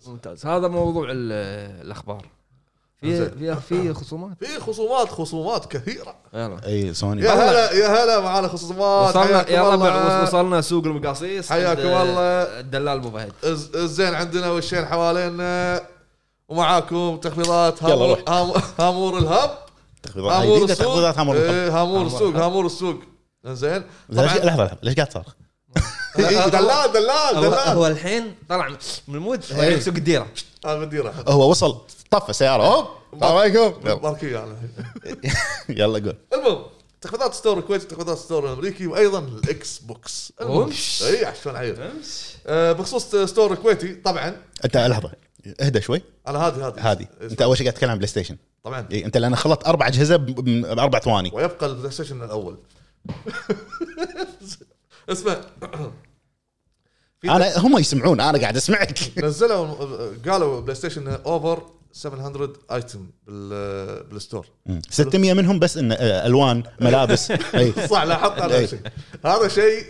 ممتاز هذا موضوع ال- الاخبار في
زين.
في في خصومات
في خصومات خصومات كثيره
يلا
اي سوني
يا هلا يا هلا معانا خصومات
وصلنا
حياكم
يا
الله.
ربع وصلنا سوق المقاصيص عند
حياكم الله.
الدلال ابو فهد
الز- الزين عندنا والشين حوالينا ومعاكم تخفيضات
يلا
هامور,
روح.
هام- هامور الهب
تخفيضات
هامور
جديده
السوق
تخفيضات هامور الخط.
إيه، هامور السوق
الهب.
هامور السوق زين
ليش-
طبعا
لحظه لحظه ليش قاعد صار؟
إيه، دلال دلال
هو,
دلال
هو الحين طلع من المود هو
إيه.
يلعب سوق الديره
هذا الديره
هو وصل طفى سياره هوب السلام عليكم
ماركيه انا
[laughs] يلا قول
المهم تخفيضات ستور الكويت تخفيضات ستور الامريكي وايضا الاكس بوكس المهم
ومش.
اي عشان عيل آه، بخصوص ستور الكويتي طبعا
انت لحظه اهدى شوي
انا هذه هذه إيه،
هادي انت اول شيء قاعد تتكلم عن بلاي ستيشن
طبعا
إيه، انت لان خلطت اربع اجهزه ب- م- باربع ثواني
ويبقى البلاي ستيشن الاول [laughs] اسمع في
انا هم يسمعون انا قاعد اسمعك
نزلوا قالوا بلاي ستيشن اوفر 700 ايتم بال- بالستور
[laughs] 600 منهم بس ان آه، الوان [laughs] ملابس اي
صح لاحظت هذا
إيه.
الشيء هذا شيء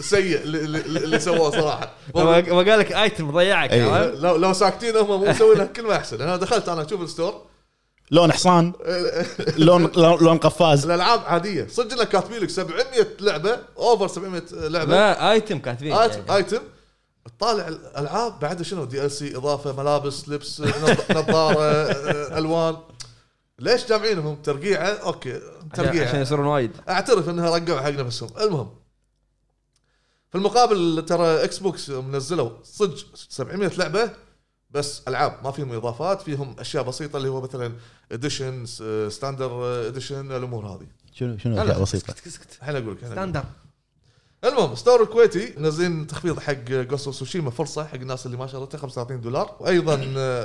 سيء اللي- اللي اللي سووه صراحه
هو قال لك ايتم ضيعك
إيه.
عرفت؟
لو لو ساكتين هم مو مسوي لها كلمه احسن انا دخلت انا اشوف الستور
لون حصان [laughs] لون لون- لون قفاز
الالعاب عاديه صدق انك كاتبين لك 700 لعبه اوفر 700 لعبه
لا ايتم كاتبين
ايتم
يعني.
ايتم تطالع الالعاب بعد شنو دي ال سي اضافه ملابس لبس نظ- نظاره [laughs] آه، الوان ليش جامعينهم ترقيعه اوكي
عشان عشان
ترقيعه
يصيرون وايد
إيه،
اعترف انها رقعوا حق نفسهم المهم في المقابل ترى اكس بوكس منزلوا صدق 700 لعبه بس العاب ما فيهم اضافات فيهم اشياء بسيطه اللي هو آه، مثلا اديشن ستاندر اديشن الامور هذه
شنو شنو
لا، لا.
اشياء بسيطه
اسكت اسكت
الحين اقول لك الحين أقول لك.
ستاندر
المهم ستور الكويتي منزلين تخفيض حق جوست سوشيما فرصه حق الناس اللي ما شرته 35 دولار آه، وايضا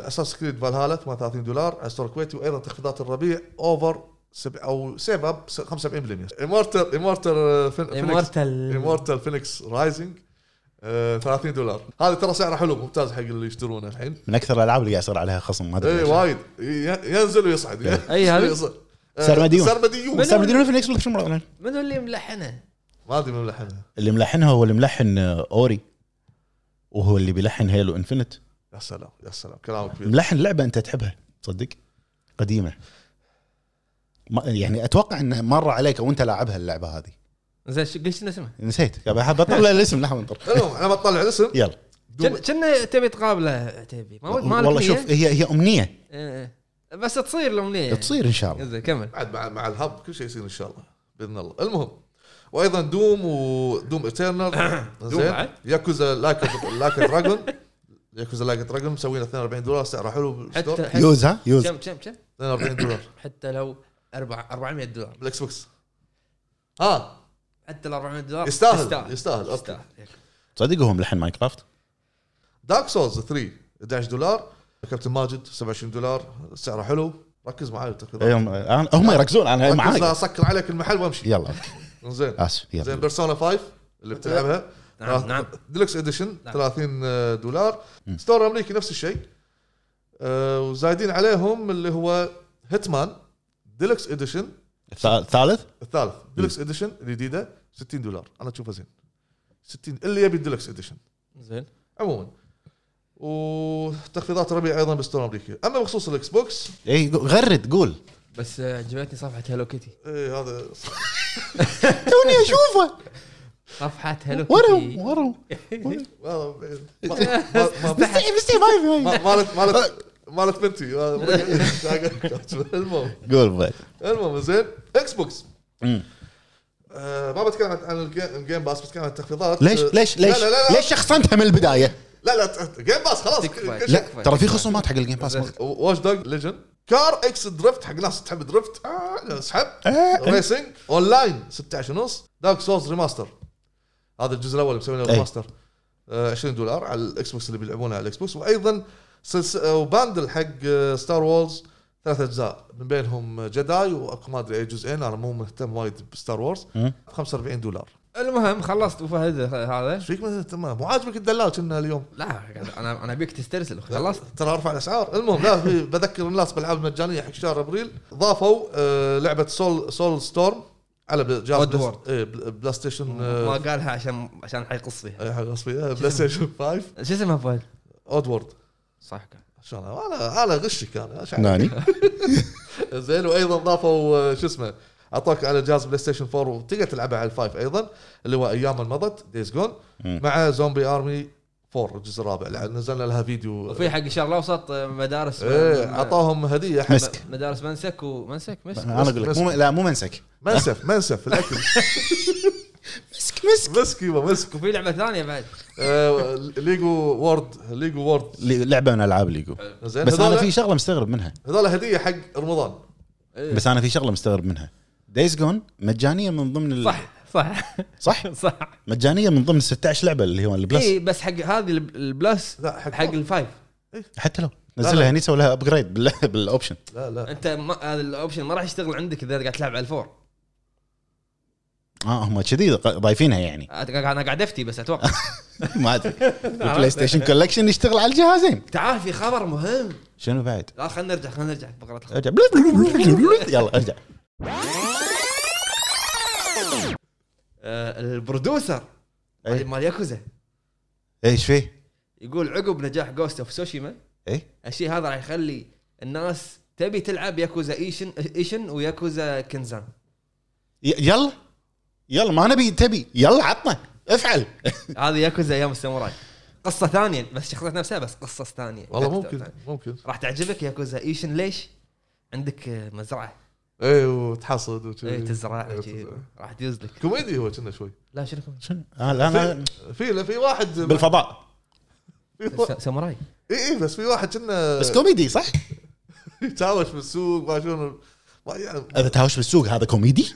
اساس كريد فالهالا 38 دولار على ستور الكويتي وايضا تخفيضات الربيع اوفر سبع او سيف اب 75% امورتر امورتر
امورتال
امورتال فينيكس رايزنج 30 آه، دولار هذا ترى سعره حلو ممتاز حق اللي يشترونه الحين
من اكثر الالعاب اللي قاعد يصير عليها خصم ما إيه،
اي
ادري ليش.
وايد ي- ينزل ويصعد
طيب.
آه،
أي هذه؟
سرمديون.
سرمديون
بس بدون في الاكس شنو ملحن؟
منو اللي ملحنه؟
ما ادري من لحنها
اللي ملحنها هو اللي ملحن آه، اوري وهو اللي بيلحن هيلو انفنت
يا سلام يا سلام كلامك كبير
ملحن لعبه انت تحبها تصدق قديمه ما يعني اتوقع انه مر عليك وانت لاعبها اللعبه هذه
زين شو- قل شنو اسمه؟
نسيت قاعد أحب اطلع الاسم لحظه انطر
المهم انا بطلع الاسم
[laughs] يلا
كنا- كنا تبي تقابله تبي ما ما لك
والله
نية.
شوف هي هي امنيه
إيه. بس تصير الامنيه
تصير ان شاء الله
زين كمل
بعد مع مع الهب كل شيء يصير ان شاء الله باذن الله المهم وايضا دوم ودوم
[coughs]
اترنال زين
بعد؟
ياكوزا لايك لايك دراجون ياكوزا لايك دراجون مسوينا 42 دولار سعره حلو بالستور
حتى حتى
يوز ها يوز
كم كم كم
42 دولار
حتى لو أربع- 400 دولار
بالاكس بوكس اه
حتى ال 400 دولار
يستاهل يستاهل اوكي
يستاهل
تصدق هو ملحن ماينكرافت
دارك سولز 3 11 دولار كابتن ماجد 27 دولار سعره حلو ركز معي التقرير
هم آه، هم يركزون انا
ركز لا
إيه، معاك
اسكر عليك المحل وامشي
يلا أوكي.
زين
اسف
زين
يلا
بيرسونا 5 اللي بتلعبها
نعم، نعم.
ديلكس اديشن
نعم.
30 آه، دولار ستور امريكي نفس الشيء آه، وزايدين عليهم اللي هو هيتمان ديلكس اديشن
الثالث
الثالث ديلكس اديشن الجديده 60 دولار انا اشوفها زين 60 اللي يبي الديلكس اديشن
زين
عموما وتخفيضات ربيع ايضا بالستور الامريكي اما بخصوص الاكس بوكس
اي إيه، غرد قول
بس آه، عجبتني صفحه هلو كيتي
اي إيه، هذا
توني اشوفه
صفحه هلو
ورا
كيتي
ورا
والله بعيد. ما- ما- ما-
مستحي مستحي ما
ما- مالت مالت مالت بنتي المهم
قول بعد
المهم زين اكس بوكس
أمم.
آه ما بتكلم عن- عن الجي- الجيم باس بتكلم عن التخفيضات
ليش
آه،
ليش
لا-
ليش
لا لا لا
ليش شخصنتها من البدايه؟
لا لا جيم باس خلاص
تكفى.
كل- كل شيء.
لا ترى في خصومات حق الجيم باس
زين، واتش دوج ليجن كار اكس درفت حق ناس تحب درفت آه، اسحب ريسنج اون لاين 16 ونص دارك سولز ريماستر هذا الجزء الاول اللي مسوينه
أي.
ريماستر آه، 20 دولار على الاكس بوكس اللي بيلعبونه على الاكس بوكس وايضا سلس... آه، وباندل حق آه، ستار وورز ثلاث اجزاء من بينهم جداي واكو ما ادري اي جزئين انا مو مهتم وايد بستار وورز
مم.
45 دولار
المهم خلصت ابو فهد هذا
ايش فيك ما تمام مو عاجبك الدلال كنا اليوم
لا انا انا ابيك تسترسل خلصت
ترى ارفع الاسعار المهم لا في بذكر الناس بالالعاب المجانيه حق شهر ابريل ضافوا آه لعبه سول سول ستورم على جهاز
Odd
بلاس-
World.
إيه، بل- بلاي ستيشن
ما
آه،
قالها عشان عشان حيقص فيها
إيه، حق غصبي، آه، بلاي ستيشن 5
شو اسمها فهد؟
اود وورد
صح كان
شلون انا انا غشك انا إيش [laughs] عارف.
ناني
زين وايضا ضافوا آه، شو اسمه اعطاك على جهاز بلاي ستيشن 4 وتقدر تلعبها على الفايف ايضا اللي هو ايام المضت دايز جون
مم.
مع زومبي ارمي 4 الجزء الرابع لع- نزلنا لها فيديو
وفي حق الشرق الاوسط آه، مدارس
ايه
آه،
اعطاهم هديه حق
مسك
مدارس منسك ومنسك مسك
انا اقول لك مو لا مو منسك
منسف منسف الاكل
مسك مسك
مسك يبا مسك
وفي لعبه ثانيه بعد
آه، ليجو وورد ليجو وورد
لي- لعبه من العاب ليجو
زين
بس انا في
أه، هذول
شغله مستغرب منها
هذول هديه حق رمضان إيه.
بس انا في شغله مستغرب منها دايز جون مجانيه من ضمن ال...
صح صح
صح
صح
مجانيه من ضمن ال 16 لعبه اللي هو البلس
إيه.
اي بس حق هذه الب- البلس
لا حق
حق الفايف
حتى لو
لا، لا.
نزلها هني سوي لها ابجريد [laughs] بالاوبشن
لا لا
انت ما هذا الاوبشن ما راح يشتغل عندك اذا قاعد تلعب على الفور
اه هم كذي ق- ضايفينها يعني [laughs]
انا قاعد افتي بس اتوقع
[laughs]
ما ادري البلاي ستيشن كولكشن يشتغل على الجهازين
تعال في خبر مهم
شنو بعد؟
لا خلينا نرجع خلينا نرجع فقره الخبر
[laughs]
ارجع يلا ارجع
آه، البرودوسر
إيه.
مال- مال ياكوزا
ايش فيه؟ إيه؟
يقول عقب نجاح جوست اوف سوشيما
اي
الشيء هذا راح يخلي الناس تبي تلعب ياكوزا ايشن ايشن وياكوزا كنزان
ي- يلا يلا ما نبي تبي يلا عطنا افعل
هذه ياكوزا ايام الساموراي قصه ثانيه بس شخصيات نفسها بس قصص ثانيه
والله
أكثر
ممكن
ثانية.
ممكن
راح تعجبك ياكوزا ايشن ليش؟ عندك آه، مزرعه
اي إيه، وتحصد وشي.
إيه، تزرع
إيه،
شي،
تزرع.
راح تدوز لك
كوميدي هو كنا شوي
لا شنو كوميدي؟
شنو؟ [laughs] آه لا انا
في لا في واحد
بالفضاء
في وا-
س- ساموراي
اي اي بس في واحد كنا
بس كوميدي صح؟
[laughs] يتهاوش بالسوق ما شنو ما يعني
اذا تهاوش بالسوق هذا كوميدي؟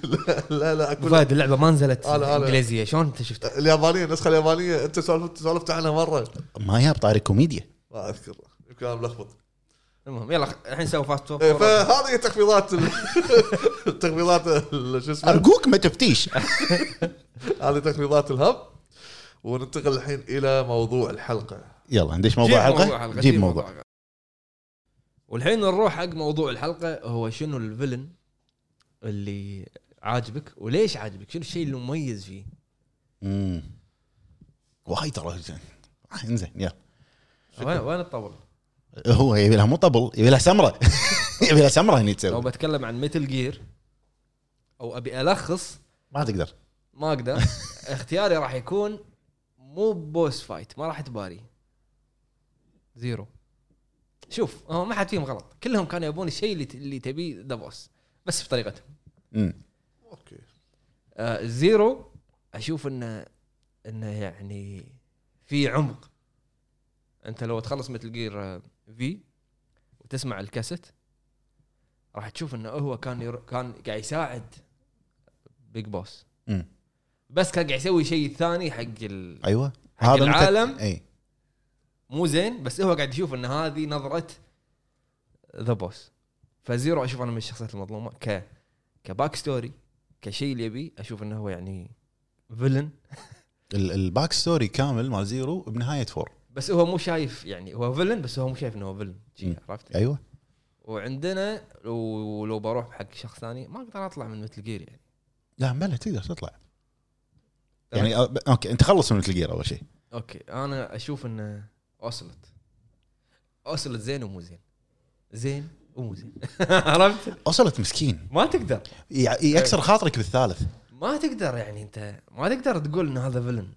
لا لا اكل
فهد اللعبه ما نزلت
أنا- أنا-
انجليزيه شلون انت شفتها؟
اليابانيه النسخه اليابانيه انت سولفت سولفت عنها مره
ما يا بطاري كوميديا
ما اذكر يمكن انا ملخبط
المهم يلا خ- الحين سوي فاست
إيه،
فورورد
فهذه هي تخفيضات ال- [laughs] التخفيضات ال- شو اسمه
ارجوك ما تفتيش
هذه تخفيضات الهب وننتقل الحين الى موضوع الحلقه
يلا ندش موضوع حلقه جيب موضوع
والحين نروح حق موضوع الحلقه هو شنو الفيلن اللي عاجبك وليش عاجبك؟ شنو الشيء اللي مميز فيه؟
مم. وايد ترى آه، انزين يلا
وين وين الطول؟
هو يبي لها مو طبل يبي لها سمره [laughs] يبي لها سمره هني
لو
تسوي
بتكلم عن ميتل جير او ابي الخص
ما تقدر
ما اقدر اختياري راح يكون مو بوس فايت ما راح تباري زيرو شوف هو ما حد فيهم غلط كلهم كانوا يبون الشيء اللي اللي تبيه ذا بوس بس بطريقتهم
مم.
اوكي
آه زيرو اشوف انه انه يعني في عمق انت لو تخلص مثل جير في وتسمع الكاسيت راح تشوف انه هو كان ير... كان قاعد يساعد بيج بوس
مم.
بس كان قاعد يسوي شيء ثاني حق ال...
ايوه
حق
متى-
العالم.
اي
مو زين بس هو قاعد يشوف ان هذه نظره ذا بوس فزيرو اشوف انا من الشخصيات المظلومه ك كباك ستوري كشيء اللي يبي اشوف انه هو يعني فيلن
ال- الباك ستوري كامل مال زيرو بنهايه فور
بس هو مو شايف يعني هو فيلن بس هو مو شايف انه هو فيلن شي،
مم.
عرفت
ايوه
وعندنا لو لو بروح حق شخص ثاني ما اقدر اطلع من مثل جير يعني
لا بلى تقدر تطلع يعني أ- اوكي انت خلص من مثل جير اول شيء
اوكي انا اشوف ان اوسلت اوسلت زين ومو زين زين ومو زين [laughs] عرفت؟
وصلت مسكين
ما تقدر
يع- يكسر خاطرك بالثالث
ما تقدر يعني انت ما تقدر تقول ان هذا فيلن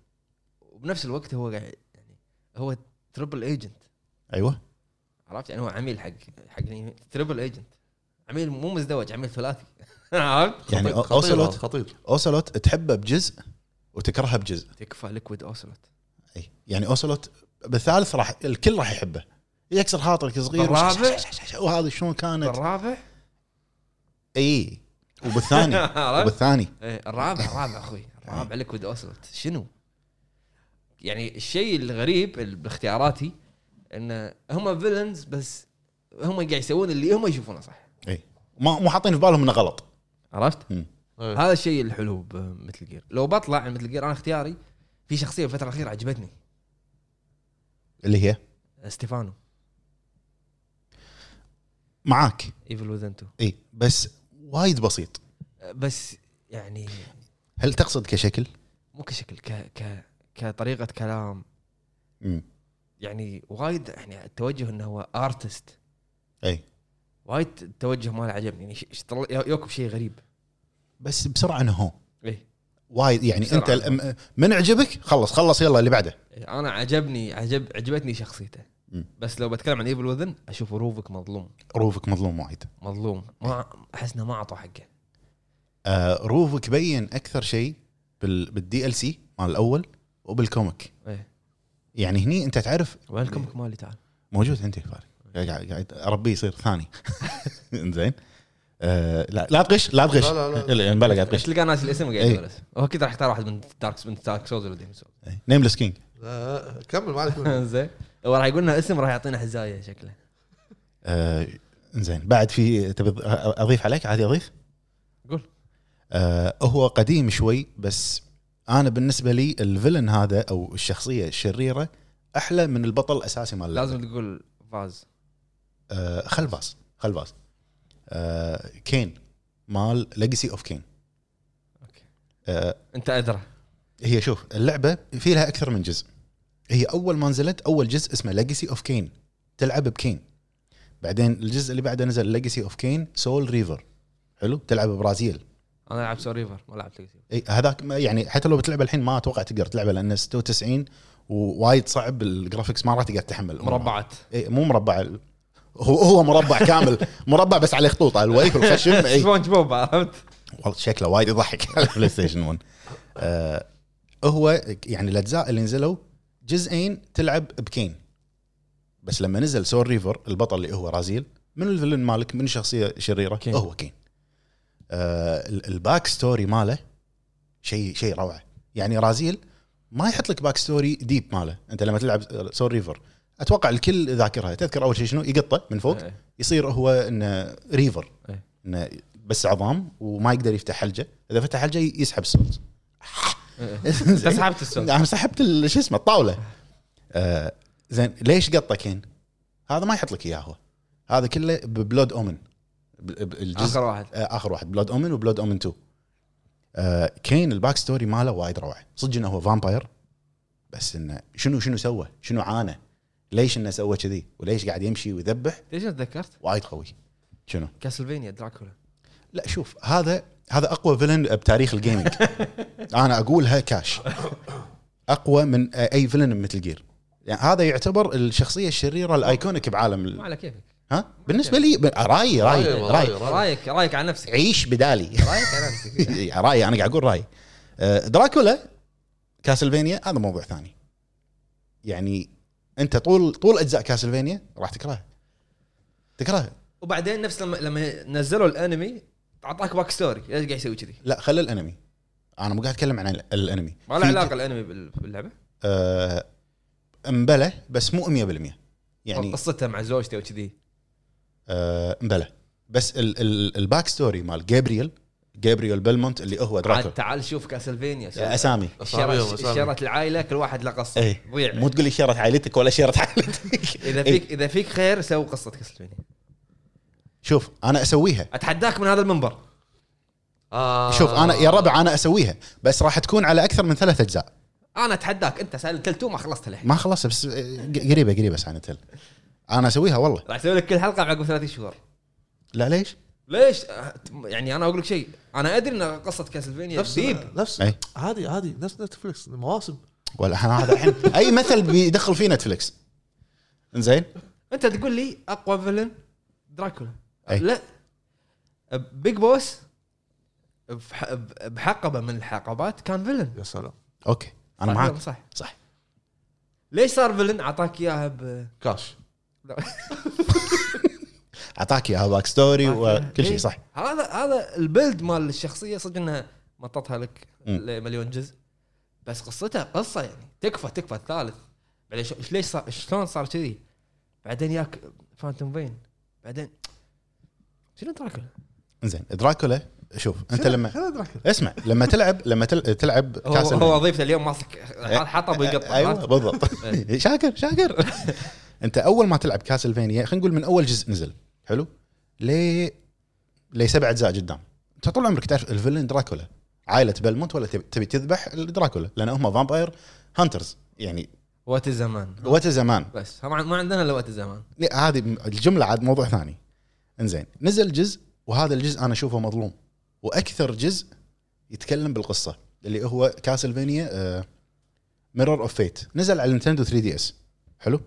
وبنفس الوقت هو قاعد يعني هو تربل ايجنت
ايوه
عرفت يعني هو عميل حق حق تربل ايجنت عميل مو مزدوج عميل ثلاثي [laughs] عرفت
يعني
خطير-
اوسلوت
خطير- خطير
اوسلوت تحبه بجزء وتكرهه بجزء
تكفى ليكويد اوسلت
أي. يعني اوسلوت بالثالث راح الكل راح يحبه يكسر خاطرك صغير
بالرابع؟
وهذا شلون كانت
الرابع
اي [laughs] وبالثاني
عرفت
وبالثاني
إيه، الرابع الرابع اخوي الرابع ليكويد اوسلت شنو؟ يعني الشيء الغريب ال- باختياراتي ان هم فيلنز بس هم قاعد يسوون اللي هم يشوفونه صح
اي ما مو حاطين في بالهم انه غلط
عرفت؟
إيه.
هذا الشيء الحلو بمثل جير لو بطلع عن مثل جير انا اختياري في شخصيه الفتره الاخيره عجبتني آه،
اللي هي
ستيفانو
معاك
ايفل وذن تو
اي بس وايد بسيط
آه، بس يعني
هل تقصد كشكل؟
مو كشكل ك ك كطريقه كلام
امم
يعني وايد يعني التوجه انه هو ارتست
اي
وايد التوجه ماله عجبني يعني ش- ش- طلع- يوكب شيء غريب
بس بسرعه انه هو
ايه
وايد يعني انت
بسرعة.
الم- من عجبك خلص خلص يلا اللي بعده
انا إيه، عجبني عجب عجبتني شخصيته
مم.
بس لو بتكلم عن ايفل وذن اشوف روفك مظلوم
روفك مظلوم وايد
مظلوم ما احس انه ما اعطوه حقه
آه روفك بين اكثر شيء بال بالدي ال سي مال الاول وبالكوميك
ايه
يعني هني انت تعرف
وين الكوميك مالي تعال
موجود عندي فارق قاعد قاعد اربيه يصير ثاني زين آه لا لا تغش لا تغش
لا، لا، لا.
لا بلا قاعد تغش
تلقى ناس الاسم قاعد
إيه.
يقول اسم. هو اكيد راح يختار واحد من دارك من دارك سولز ولا ديمون
[laughs]
سولز
نيمليس كينج
آه، كمل ما عليك منه.
زين هو راح يقول لنا اسم راح يعطينا حزايه شكله
آه زين بعد في تبي أض- اضيف عليك عادي اضيف
قول
آه هو قديم شوي بس انا بالنسبه لي الفيلن هذا او الشخصيه الشريره احلى من البطل الاساسي مال اللعبة.
لازم تقول فاز
آه خلباس خلباس آه كين مال ليجسي اوف كين
اوكي
آه
انت ادرى
هي شوف اللعبه في لها اكثر من جزء هي اول ما نزلت اول جزء اسمه ليجسي اوف كين تلعب بكين بعدين الجزء اللي بعده نزل ليجسي اوف كين سول ريفر حلو تلعب برازيل
انا العب سو ريفر ما لعبت ليجسي
إي، هذاك ما- يعني حتى لو بتلعبه الحين ما اتوقع تقدر تلعبه لانه 96 ووايد صعب الجرافكس ما راح تقدر تحمل [laughs]
مربعات
اي مو مربع ال- هو هو مربع كامل مربع بس عليه خطوط على الوجه والخشم
[laughs]
اي
سبونج بوب عرفت
والله شكله وايد يضحك على البلاي ستيشن 1 آه هو يعني الاجزاء اللي نزلوا جزئين تلعب بكين بس لما نزل سول ريفر البطل اللي هو رازيل من الفيلن مالك من شخصيه شريره
كين.
كين. هو كين آه ال- الباك ستوري ماله شيء شيء روعه يعني رازيل ما يحط لك باك ستوري ديب ماله انت لما تلعب سول ريفر اتوقع الكل ذاكرها تذكر اول شيء شنو يقطه من فوق
إيه.
يصير هو انه ريفر
إيه.
انه بس عظام وما يقدر يفتح حلجه اذا فتح حلجه يسحب السولز
إيه. انت
[laughs] زين.
سحبت
[laughs]
السولز
انا سحبت ال- شو اسمه الطاوله آه زين ليش قطه كين؟ هذا ما يحط لك اياه هو هذا كله ببلود اومن
اخر واحد
آه، اخر واحد بلود اومن وبلود اومن 2 آه كين الباك ستوري ماله وايد روعه صدق انه هو فامباير بس انه شنو شنو سوى؟ شنو عانى؟ ليش انه سوى كذي؟ وليش قاعد يمشي ويذبح؟
ليش تذكرت؟
وايد قوي شنو؟
كاسلفينيا دراكولا
لا شوف هذا هذا اقوى فيلن بتاريخ الجيمنج انا اقولها كاش اقوى من اي فيلن مثل جير يعني هذا يعتبر الشخصيه الشريره الايكونيك بعالم
ما
ال-
على كيفك
ها بالنسبه لي ب- رايي رايي
رايي،
رايي
رايي.
رايك رايك على نفسك
عيش بدالي [laughs]
رايك على نفسك
رايي انا قاعد اقول رايي آه، دراكولا كاسلفينيا هذا موضوع ثاني يعني انت طول طول اجزاء كاسلفينيا راح تكرهها تكرهها
وبعدين نفس لما لما نزلوا الانمي اعطاك باك ستوري ليش قاعد يسوي كذي؟
لا خلي الانمي انا مو قاعد اتكلم عن ال- الانمي
ما له
في-
علاقه الانمي بال- باللعبه
آه، امبلى بس مو 100%
يعني
يعني
قصتها مع زوجته وكذي
آه، امبلى بس ال- ال- الباك ستوري مال جابرييل جابرييل بيلمونت اللي هو دراكو
عاد تعال شوف كاسلفينيا شوف.
اسامي
أساميهم،
شرت
أساميهم.
شرت العائله كل واحد له قصه
ايه
ضيع
مو تقول لي شيرت عائلتك ولا شيرت
[laughs]
عائلتك
اذا
إيه.
فيك اذا فيك خير سوي قصه كاسلفينيا
شوف انا اسويها
اتحداك من هذا المنبر
آه
شوف انا يا ربع انا اسويها بس راح تكون على اكثر من ثلاث اجزاء
انا اتحداك انت سالت التو ما خلصت الحين
ما خلص بس آه، قريبه قريبه ساينتل انا اسويها والله
راح اسوي لك كل حلقه عقب ثلاث شهور
لا ليش؟
ليش؟ أه، يعني انا اقول لك شيء انا ادري ان قصه كاسلفينيا
نفس
ديب
نفس
أي.
عادي عادي نفس نتفلكس مواسم
ولا احنا هذا الحين اي مثل بيدخل فيه نتفلكس زين
انت تقول لي اقوى فيلن دراكولا
أي.
لا بيج بوس بح- بحقبه من الحقبات كان فيلن
يا سلام
اوكي انا معاك
صح
صح
ليش صار فيلن اعطاك اياها ب
كاش
لا.
اعطاك اياها باك ستوري وكل شيء
إيه.
صح
هذا هذا البيلد مال الشخصيه صدق انها مططها لك
مم.
لمليون جزء بس قصتها قصه يعني تكفى تكفى الثالث بعدين شو- إيش- ليش صار شلون صار كذي بعدين ياك فانتوم فين بعدين شنو دراكولا؟
زين دراكولا شوف انت
شنو-
لما
شنو أدرك؟
اسمع لما تلعب لما تل- تلعب
هو
كاس إيه.
هو وظيفته اليوم ماسك حطه بالقطه
ايوه بالضبط
إيه.
[laughs] شاكر شاكر انت اول ما تلعب كاسلفينيا خلينا نقول من اول جزء نزل حلو لي لي سبع اجزاء قدام انت طول عمرك تعرف الفيلن دراكولا عائله بلمونت ولا تبي تبي تذبح دراكولا لان هم فامباير هانترز يعني
وقت الزمان
وات زمان
بس ما ما عندنا الا وقت الزمان
لا، هذه م- الجمله عاد موضوع ثاني انزين نزل جزء وهذا الجزء انا اشوفه مظلوم واكثر جزء يتكلم بالقصه اللي هو آه، كاسلفينيا ميرور اوف فيت نزل على نينتندو 3 دي اس حلو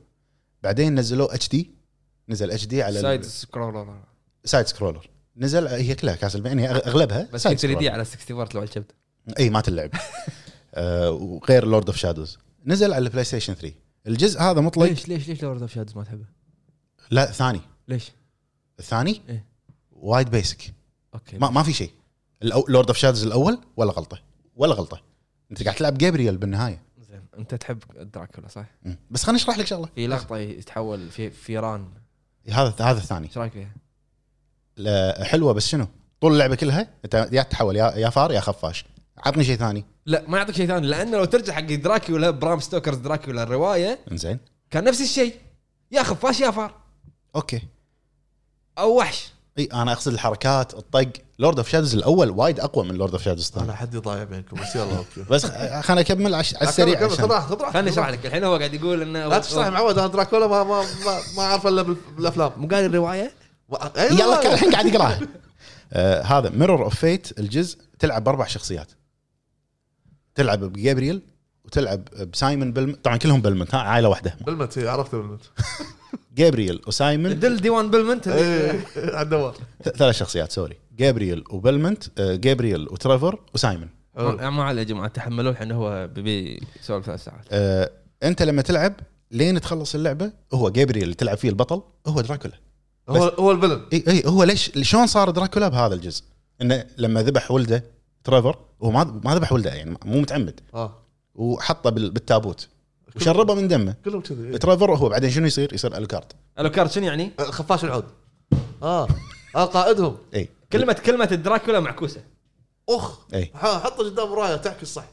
بعدين نزلوه اتش دي نزل اتش دي على
سايد
سايد,
سكرولر
سايد سكرولر نزل هي كلها كاسلفينيا أغ- اغلبها
بس
سايد
3
سكرولر.
دي على 64 تلوع الكبد
اي إيه،
[laughs]
ما تلعب آه، وغير لورد اوف شادوز نزل على البلاي ستيشن 3 الجزء هذا مطلق
ليش ليش ليش لورد اوف شادز ما تحبه؟
لا ثاني
ليش؟
الثاني
إيه.
وايد بيسك
اوكي
ما, ما في شيء لورد اوف شادز الاول ولا غلطه ولا غلطه انت قاعد تلعب جابرييل بالنهايه
زين انت تحب دراكولا صح؟
مم. بس خليني اشرح لك شغله
في لقطه يتحول في فيران
هذا هذا الثاني
ايش رايك فيها؟
لا، حلوه بس شنو طول اللعبه كلها انت يا تحول يا يا فار يا خفاش عطني شيء ثاني
لا ما يعطيك شيء ثاني لانه لو ترجع حق دراكولا برام ستوكرز دراكولا الروايه
انزين
كان نفس الشيء يا خفاش يا فار
اوكي
او وحش
اي انا اقصد الحركات الطق لورد اوف شادز الاول وايد اقوى من لورد اوف شادز
انا
الثاني
حدي ضايع بينكم بس يلا اوكي
بس خ- خليني اكمل عش... على [laughs] السريع
كمل، خذ
عشان
راحتك، خذ راحتك.
خليني اشرح لك الحين هو قاعد يقول انه
لا تشرح يا معود انا دراكولا ما ما ما, ما اعرف الا بال- بالافلام
مو قال الروايه؟
ما- أي لا،
يلا
لا،
كان
لا.
الحين قاعد يقراها [laughs] آه هذا ميرور اوف فيت الجزء تلعب باربع شخصيات تلعب بجابرييل وتلعب بسايمون بلم طبعا كلهم بلمنت ها عائله واحده
بالمت هي إيه، عرفت بالمت
[laughs] جابرييل وسايمون
دل ديوان بلمنت
إيه.
اي [laughs] على
[laughs]
الدوام
ث- ثلاث شخصيات سوري جابرييل وبلمنت آه جابرييل وتريفر وسايمون
حلو.
ما ما عليه يا جماعه تحملوه الحين هو بيبي سولف ثلاث ساعات
آه انت لما تلعب لين تخلص اللعبه هو جابرييل اللي تلعب فيه البطل هو دراكولا
هو هو الفيلن
اي اي هو ليش شلون صار دراكولا بهذا الجزء؟ انه لما ذبح ولده تريفر هو ما ما ذبح ولده يعني مو متعمد
اه
وحطه بال- بالتابوت وشربه من دمه
كلهم كذي إي.
ترافر هو بعدين شنو يصير؟ يصير الوكارد
الو كارت شنو يعني؟
خفاش العود اه اه قائدهم
اي
كلمه كلمه دراكولا معكوسه
اخ
اي
ح- حطه قدام مرايه تحكي
[laughs]
الصح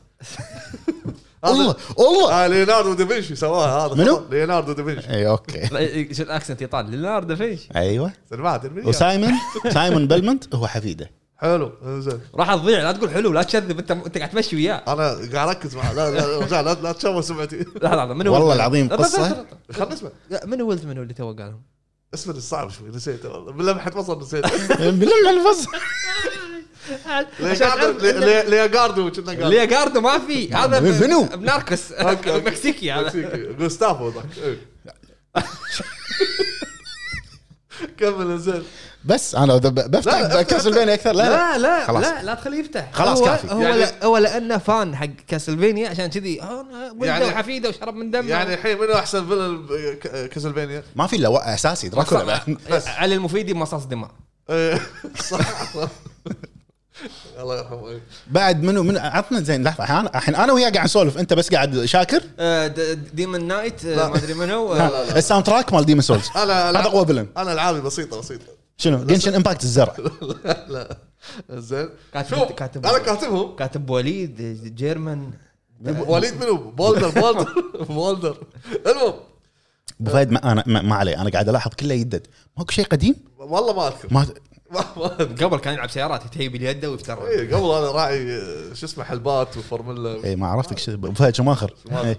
هذا-
الله الله إيه،
آه ليوناردو دافنشي سواها هذا
منو؟
خطأ. ليوناردو دافنشي
اي [laughs] اوكي
لا، شو الاكسنت ايطالي ليوناردو فيش
ايوه
سمعت المية.
وسايمون سايمون بلمنت هو حفيده [laughs]
حلو انزين
راح تضيع لا تقول حلو لا تكذب انت انت قاعد تمشي وياه
انا قاعد اركز مع لا لا لا لا, لا تشوه سمعتي
لا لا لا من هو
والله
ولد؟
العظيم
لا،
قصة.
لا، لا، لا،
خلنا نسمع
لا، من هو ولد منو اللي تو قالهم؟
اسمه الصعب شوي نسيته والله من لمحه بصر
[laughs]
نسيته
بلمع الفص
ليجاردو- لي- لي- ليجاردو كنا قال
ليجاردو ما في هذا
نعم، من-
ب-
منو؟
بناركس
أوكي، أوكي.
[laughs] مكسيكي هذا
يعني-
مكسيكي. جوستافو ذاك
[laughs]
إيه. كمل انزين
بس انا ب-
لا، لا،
بفتح كاسلفينيا اكثر لا
لا
لا
لا
خلاص.
لا لا تخليه يفتح
خلاص
هو
كافي.
هو
يعني-
لا- هو لانه فان حق كاسلفينيا عشان كذي آه، أنا ولده
يعني-
وحفيده وشرب من دمه
يعني الحين منو احسن فيلن كاسلفينيا؟
ما في الا وا- اساسي دراكولا بعد.
مصاص- علي المفيدي مصاص دماء
إيه. صح الله يرحمه إيه.
بعد منو من عطنا زين لحظه الحين الحين انا وياه قاعد نسولف انت بس قاعد شاكر
آه، د- د- ديمون نايت
لا.
آه، ما ادري منو آه،
الساوند تراك مال ديمون سولز [laughs]
انا
هذا اقوى فيلن
انا العابي بسيطه بسيطه
شنو جنشن امباكت الزرع
لا [laughs] لا زين
كاتب-
شوف
كاتب-
انا كاتبهم
كاتب وليد آه، جيرمان
وليد منو بولدر بولدر بولدر المهم
ابو فهد ما انا ما, ما عليه انا قاعد الاحظ كله يدد ماكو شيء قديم
والله [laughs] ما اذكر
ما
قبل كان يلعب سيارات يتهيب اليده ويفتر
إيه، قبل هذا راعي آه، شو اسمه حلبات وفورمولا
اي إيه، ما عرفتك شو- إيه. ابو فهد شماخر
شماخر.
إي.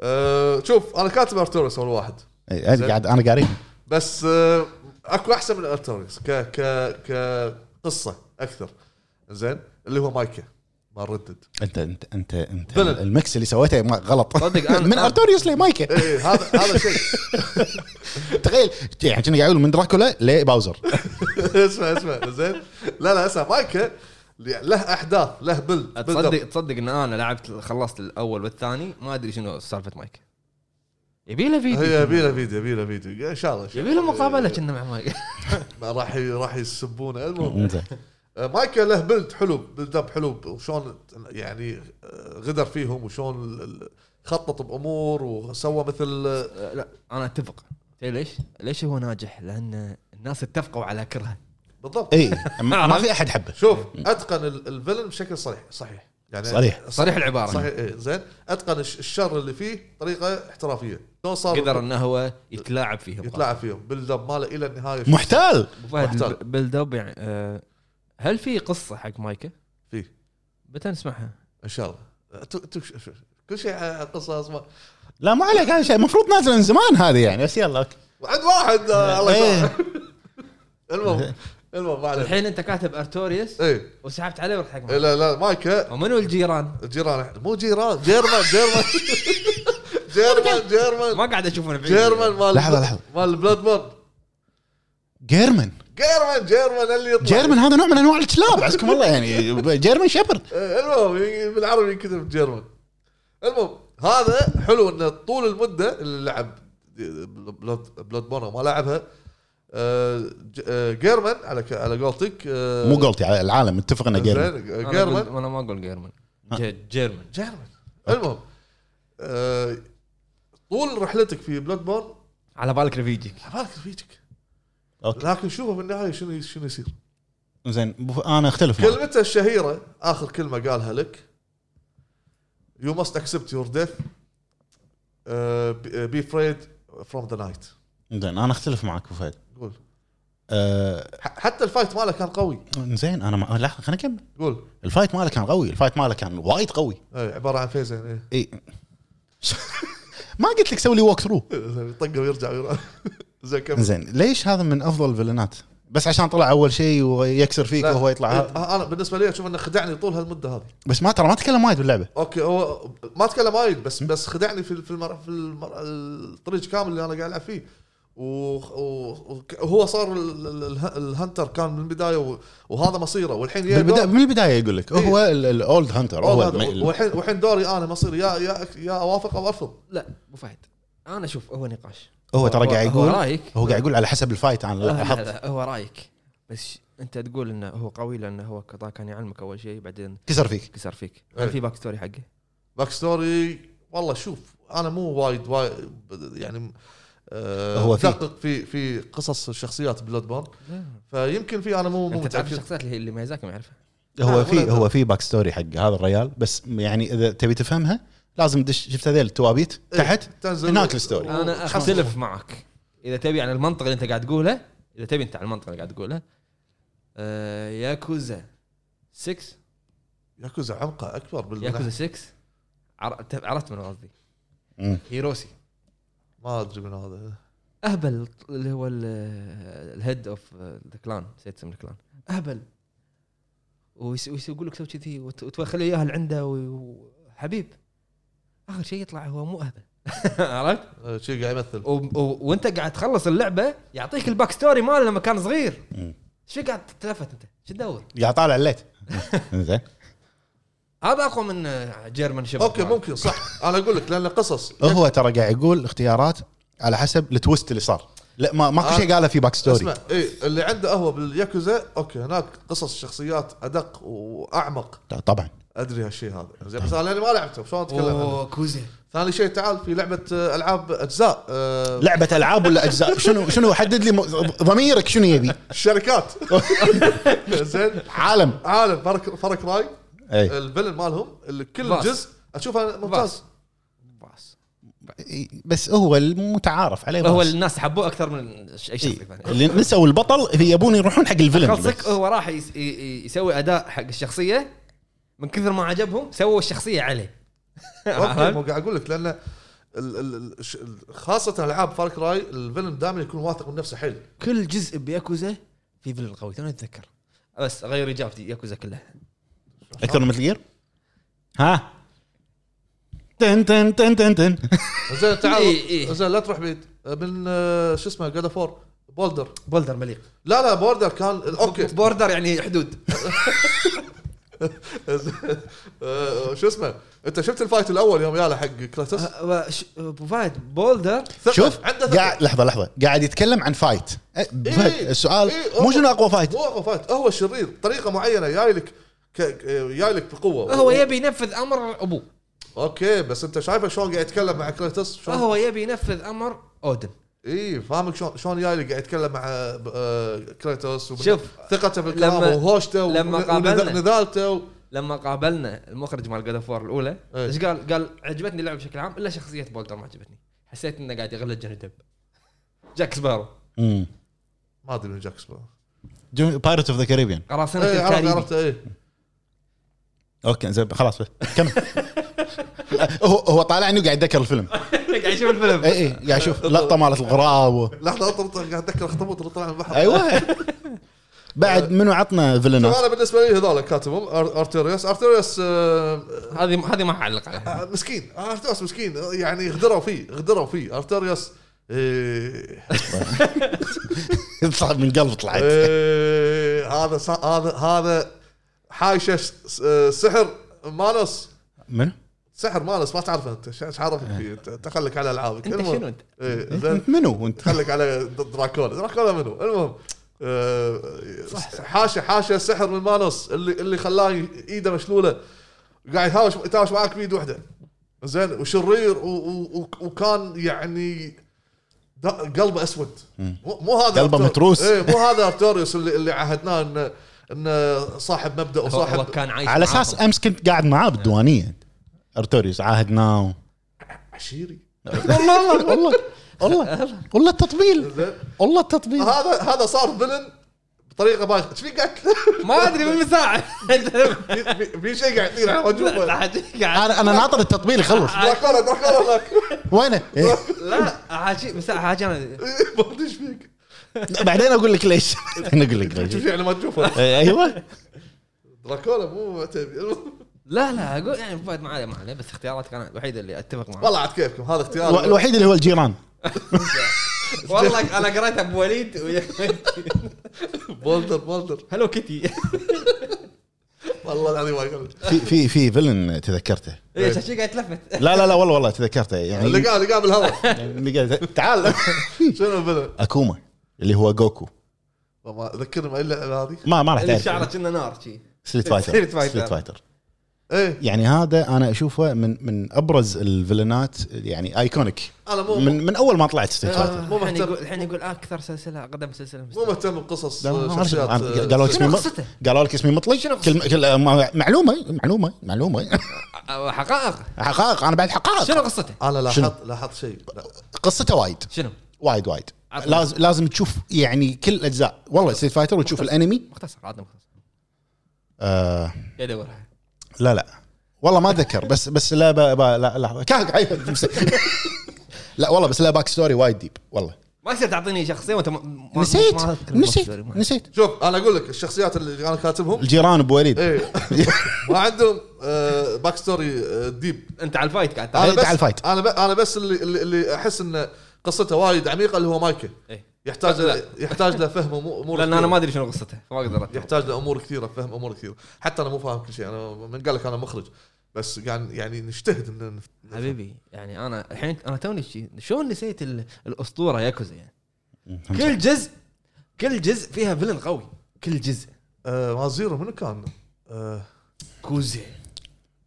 أه شوف انا كاتب ارتورس اول واحد
إي، انا إيه، قاعد انا قاعد أريد.
بس آه، اكو احسن من ارتورس ك ك كقصه اكثر زين اللي هو مايكا مال ردد
انت انت انت انت
فيلم.
المكس اللي سويته ما- غلط
صدق، أنا-
[laughs] من ارتوريوس لمايكا
اي إيه، هذا هذا شيء
تخيل يعني كنا قاعد يقول من دراكولا لباوزر
[laughs] اسمع اسمع زين لا لا اسمع مايكا اللي له احداث له بل
تصدق تصدق ان انا لعبت خلصت الاول والثاني ما ادري شنو سالفه مايك يبي له فيديو
هي يبي له فيديو يبي له فيديو ان شاء الله
يبي له مقابله كنا مع [laughs] مايك
ما راح ي- راح يسبونه المهم
إنزين.
آه، مايكا له بلد حلو بلد اب حلو وشلون يعني آه، غدر فيهم وشلون ال- ال- خطط بامور وسوى مثل آه،
أه، لا انا اتفق تدري ليش؟ ليش هو ناجح؟ لان الناس اتفقوا على كرهه
بالضبط
إيه.
اي إيه. ما ما في احد حبه
شوف اتقن ال- الفيلن بشكل صريح صحيح يعني
صريح.
صريح العباره
صحيح إيه، زين اتقن الش- الشر اللي فيه بطريقه احترافيه شلون صار
قدر انه هو يتلاعب فيهم
يتلاعب فيهم بلد اب ماله الى النهايه شو
محتال
أبو فهد
محتاج.
الب- بيلد اب يعني آه، هل في قصه حق مايكا؟
فيه
متى نسمعها؟
ان شاء الله أه، تو- تو- شو- شو- كل شيء على قصص ما-
لا ما عليك هذا شيء المفروض نازل من زمان هذه يعني بس يلا أوكي.
عند واحد آه، الله
إيه.
يسامحه المهم المهم ما علينا
الحين انت كاتب ارتوريوس
اي
وسحبت عليه ورحت حق مايكا
لا لا مايكا
ومنو الجيران؟
جيران مو جيران جيرمان جيرمان جيرمان جيرمان
ما قاعد اشوفهم بعيد
جيرمان مال
لحظة، لحظة.
مال بلاد بورن
جيرمن
جيرمان جيرمان اللي يطلع
جيرمن هذا نوع من انواع الكلاب عزكم الله يعني جيرمن شيبرد
إيه، المهم ي- بالعربي ينكتب جيرمان المهم هذا حلو انه طول المده اللي لعب بلاد بلاد بورن ما لعبها آه، ج- آه، جيرمان على ك- على قولتك آه،
مو قولتي على العالم متفق انه جيرمن
زين، آه،
أنا
جيرمان
أقول- انا ما اقول جيرمان جي- جيرمان
جيرمان المهم آه، طول رحلتك في بلاد بورن
على بالك رفيجك
حبالك رفيجك
أوكي.
لكن شوفه بالنهايه شنو شنو يصير
زين بف- انا اختلف معك.
كلمته الشهيره اخر كلمه قالها لك يو ماست اكسبت يور ديث Uh, بي فريد فروم ذا نايت
زين انا اختلف معك ابو فهد
قول
أه،
ح- حتى الفايت ماله كان قوي
زين انا مع... لحظه خليني اكمل
قول
الفايت ماله كان قوي الفايت ماله كان وايد قوي
إيه، عباره عن فيزين [laughs] إيه.
اي [laughs] ما قلت لك سوي لي ووك ثرو
يطقه ويرجع ويرا [laughs] زين كمل
زين ليش هذا من افضل الفيلنات بس عشان طلع اول شيء ويكسر فيك
لا،
وهو يطلع
إيه، انا بالنسبه لي اشوف انه خدعني طول هالمده هذه
بس ما ترى ما تكلم وايد باللعبه
اوكي هو ما تكلم وايد بس بس خدعني في في المر... في المر... الطريق كامل اللي انا قاعد العب فيه وخ- و- وك- وهو صار ال- ال- اله- الهنتر كان من البدايه و... وهذا مصيره والحين يا
بالبدا...
دور...
من البدايه يقول لك هو الاولد هانتر
أو
هو
هذا-
الم-
والحين والحين دوري انا مصيري يا يا يا اوافق او ارفض
لا ابو فهد انا اشوف هو نقاش
هو ترى قاعد
هو
يقول
رايك
هو قاعد يقول على حسب الفايت انا
لا لا
لاحظت
لا، هو رايك بس انت تقول انه هو قوي لانه هو كطا كان يعلمك اول شيء بعدين
كسر فيك
كسر فيك
أي.
هل في باك ستوري حقه؟
باك ستوري والله شوف انا مو وايد وايد يعني آه
هو في.
دقق في في قصص شخصيات بلود بورن
لا
فيمكن في انا مو مو
انت تعرف
متاكد
الشخصيات اللي هي اللي ميزاكي ما يعرفها
هو
ولا
في
هذا.
هو في باك ستوري حق هذا الريال بس يعني اذا تبي تفهمها لازم تدش شفت هذيل التوابيت
إيه،
تحت
تنزل
هناك الستوري.
انا اختلف معك اذا تبي عن المنطقه اللي انت قاعد تقولها اذا تبي انت عن المنطقه اللي قاعد تقولها آه، ياكوزا 6
ياكوزا عمقه اكبر بال-
ياكوزا 6 عر- ت- عرفت من قصدي
مم.
هيروسي
ما ادري من هذا
اهبل اللي هو ال- uh, الهيد اوف ذا كلان نسيت اسم الكلان اهبل ويس- ويس- ويقول لك سوي كذي وت- وتخلي اياه اللي عنده وي- وحبيب اخر شيء يطلع هو مو اهبل [laughs] عرفت؟
آه، شي قاعد يمثل
و- و- وانت قاعد تخلص اللعبه يعطيك الباك ستوري ماله لما كان صغير
مم.
شو قاعد تتلفت انت؟ شو تدور؟
قاعد طالع الليت زين
هذا اقوى من آه، جيرمان شيبرد
اوكي ممكن صح انا اقول لك لان قصص
هو ترى قاعد يقول اختيارات على حسب التويست اللي صار لا ما ماكو شيء قاله في باك ستوري
آه. اسمع اي اللي عنده قهوه بالياكوزا اوكي هناك قصص الشخصيات ادق واعمق
لا، طبعا
ادري هالشيء هذا زين بس انا لأني ما لعبته شلون اتكلم عنه؟
اوه كوزا
ثاني شيء تعال في لعبه آه، العاب اجزاء آه،
لعبه العاب
[laughs]
ولا اجزاء شنو شنو حدد لي م- ضميرك شنو يبي
الشركات زين
عالم
عالم فرق فرق راي
اي
الفيلن مالهم اللي كل
باص.
جزء اشوفه ممتاز
باص
إي، بس هو المتعارف عليه
هو
بس.
الناس حبوه اكثر من اي شخص
إي،
ثاني
اللي نسوا البطل يبون يروحون حق الفيلم
خلصك
بس.
هو راح يس- ي- ي- يسوي اداء حق الشخصيه من كثر ما عجبهم سووا الشخصيه [laughs] عليه
اوكي
[laughs] عرفت؟
مو قاعد اقول لك لان ال- ال- الش- ال- خاصه العاب فار كراي الفيلم دائما يكون واثق من نفسه حيل
كل جزء بياكوزا في فيلن قوي توني اتذكر بس غير اجابتي ياكوزا كلها
اكثر من مثل جير ها تن تن تن
[laughs]
تن تن
زين
إيه، إيه.
تعال زين لا تروح بعيد من آه، شو اسمه جاد فور بولدر
بولدر مليق
لا لا بوردر كان اوكي
بوردر يعني
[laughs]
حدود
آه، شو اسمه انت شفت الفايت الاول يوم يالا حق كراتوس
ابو أه، فهد بولدر
آه، ثقة،
شوف
عنده
قاعد لحظه لحظه قاعد يتكلم عن فايت أه، فهد، السؤال
إيه،
مو
هو-
شنو اقوى فايت
مو اقوى فايت هو شرير طريقه معينه جاي لك ك- آه، جاي لك بقوه
هو يبي ينفذ امر ابوه
اوكي بس انت شايفه شلون قاعد يتكلم مع كريتوس شلون
هو يبي ينفذ امر اودن
اي فاهمك شلون شلون جاي لك قاعد يتكلم مع آه، كريتوس وبن-
شوف،
ثقته بالكلام
لما-
وهوشته و-
لما
ون-
قابلنا.
ونذ- نذالته و-
لما قابلنا المخرج مال جاد فور الاولى
إيه.
ايش قال؟ قال عجبتني اللعبه بشكل عام الا شخصيه بولدر ما عجبتني حسيت انه قاعد يغلط جوني ديب جاك سبارو
مم.
ما ادري من جاك سبارو
بايرت اوف ذا كاريبيان
قراصنه
اي إيه، عرفت
الكاريبي
عرفت اي
اوكي زين خلاص بس. كمل [laughs] هو هو طالعني وقاعد يتذكر الفيلم
[laughs] قاعد يشوف الفيلم
إيه.
اي اي قاعد [laughs] اشوف لقطه مالت الغراب و...
لحظه اطرط قاعد اتذكر اخطبوط اللي طلع من البحر
ايوه بعد منو عطنا فيلنا [laughs]
انا بالنسبه لي هذول كاتبهم أر- ارتيريوس ارتيريوس آه،
هذه هذه ما حعلق عليها
آه، مسكين ارتيريوس مسكين آه، يعني غدروا فيه غدروا فيه ارتيريوس إيه،
طلع من قلب طلعت
إيه، هذا ص- هذا هذا حايشه س- س- سحر مانس
منو؟
سحر مالس ما تعرف انت ش- ايش عرفك
إيه.
فيه انت تخلك على العابك
أنت
المهم.
شنو أنت؟
ايه زين
انت منو وانت؟
خليك على د- دراكولا دراكولا منو المهم آه، حاشا حاشا سحر من مانوس اللي اللي خلاه ي- ايده مشلوله قاعد يتهاوش يتهاوش معاك بيد واحده زين وشرير و و و وكان يعني دا- قلبه اسود مو مو هذا
قلبه
أرتور-
متروس.
ايه مو هذا ارتوريوس اللي اللي عهدناه انه انه صاحب مبدا
هو, هو
وصاحب
كان عايش
على اساس
معاهم.
امس كنت قاعد معاه بالديوانيه ارتوريوس عاهدناه
عشيري
والله والله والله والله والله التطبيل
زين
والله التطبيل
هذا هذا صار فيلن بطريقه بايخه ايش فيك قاعد
ما ادري من
[laughs]
ساعه
في- في- في شيء قاعد يطير على وجوه
قاعد
انا انا ناطر التطبيل يخلص
دراكولا دراكولا هناك
وينه؟ إيه.
لا حاجي بس حاجي انا
ما ادري ايش فيك
بعدين اقول لك ليش [laughs] بعدين اقول لك
تشوف
ليش
شيء يعني ما تشوفه
إيه، ايوه
دراكولا مو معتبي
لا لا اقول يعني فهد ما عليه ما عليه بس اختياراتك انا الوحيده اللي اتفق معها
والله عاد كيفكم هذا
الو-
اختيار
الوحيد اللي هو الجيران
والله انا قريتها بوليد [laughs] ويا-
بولدر بولدر
هلو كيتي
والله العظيم ما يقول
في في في فيلن تذكرته
إيه، عشان شي قاعد تلفت
لا لا لا والله والله تذكرته يعني
اللي قام اللي قام بالهواء
اللي قال- تعال [laughs]
شنو الفيلم؟
اكوما اللي هو جوكو
والله ذكرني باي اللعبه هذه
ما ما راح
اللي
تعرف
شعره كنا نار شي
ستريت فايتر
ستريت فايتر.
ستريت فايتر
ايه
يعني هذا انا اشوفه من من ابرز الفيلنات يعني ايكونيك
انا مو
من من اول ما طلعت ستريت فايتر
آه، مو
الحين يقول
مهتم
الحين يقول اكثر سلسله اقدم سلسله
مو
مستوى.
مهتم بقصص
لا، ما أعرف.
شخصيات
أنا-
آه،
قالوا لك اسمي
شنو
مط-
قصته؟
قالوا لك اسمي مطلق
شنو
كل كل ما- معلومه معلومه معلومه
أو أه، حقائق
حقائق انا بعد
شنو
حقائق
قصته؟
انا لاحظت
شنو؟
لاحظت شيء لا.
قصته وايد
شنو؟
وايد وايد
عطنا.
لازم لازم تشوف يعني كل اجزاء والله ستريت فايتر وتشوف الانمي
مختصر عطنا مختصر
آه
قاعد ادورها
لا لا والله ما اتذكر بس بس لا با با لا لا كاك عيب. لا والله بس لا باك ستوري وايد ديب والله
ما يصير تعطيني شخصيه وانت ما- ما- ما-
نسيت
ما أذكر
نسيت
المختصر. ما-
نسيت
شوف انا اقول لك الشخصيات اللي انا كاتبهم
الجيران بوليد
ايه ما عندهم آه، باك ستوري آه، ديب
انت يعني على الفايت قاعد
انا
تعال
عليه
بس
تعال فايت.
انا ب... انا بس اللي اللي, اللي احس ان قصته وايد عميقه اللي هو مايكل
آه.
إيه.
يحتاج ل... يحتاج له فهم أمو- امور
لان انا
كثيرة.
ما ادري شنو قصته فما اقدر أتابع.
يحتاج لامور كثيره فهم امور كثيره حتى انا مو فاهم كل شيء انا من قال لك انا مخرج بس قاعد يعني نجتهد ان نف-
حبيبي يعني انا الحين انا توني شي- شلون نسيت ال- الاسطوره ياكوزا يعني كل جزء كل جزء فيها فيلن قوي كل جزء
آه ما زيرو منو كان؟ آه
كوزي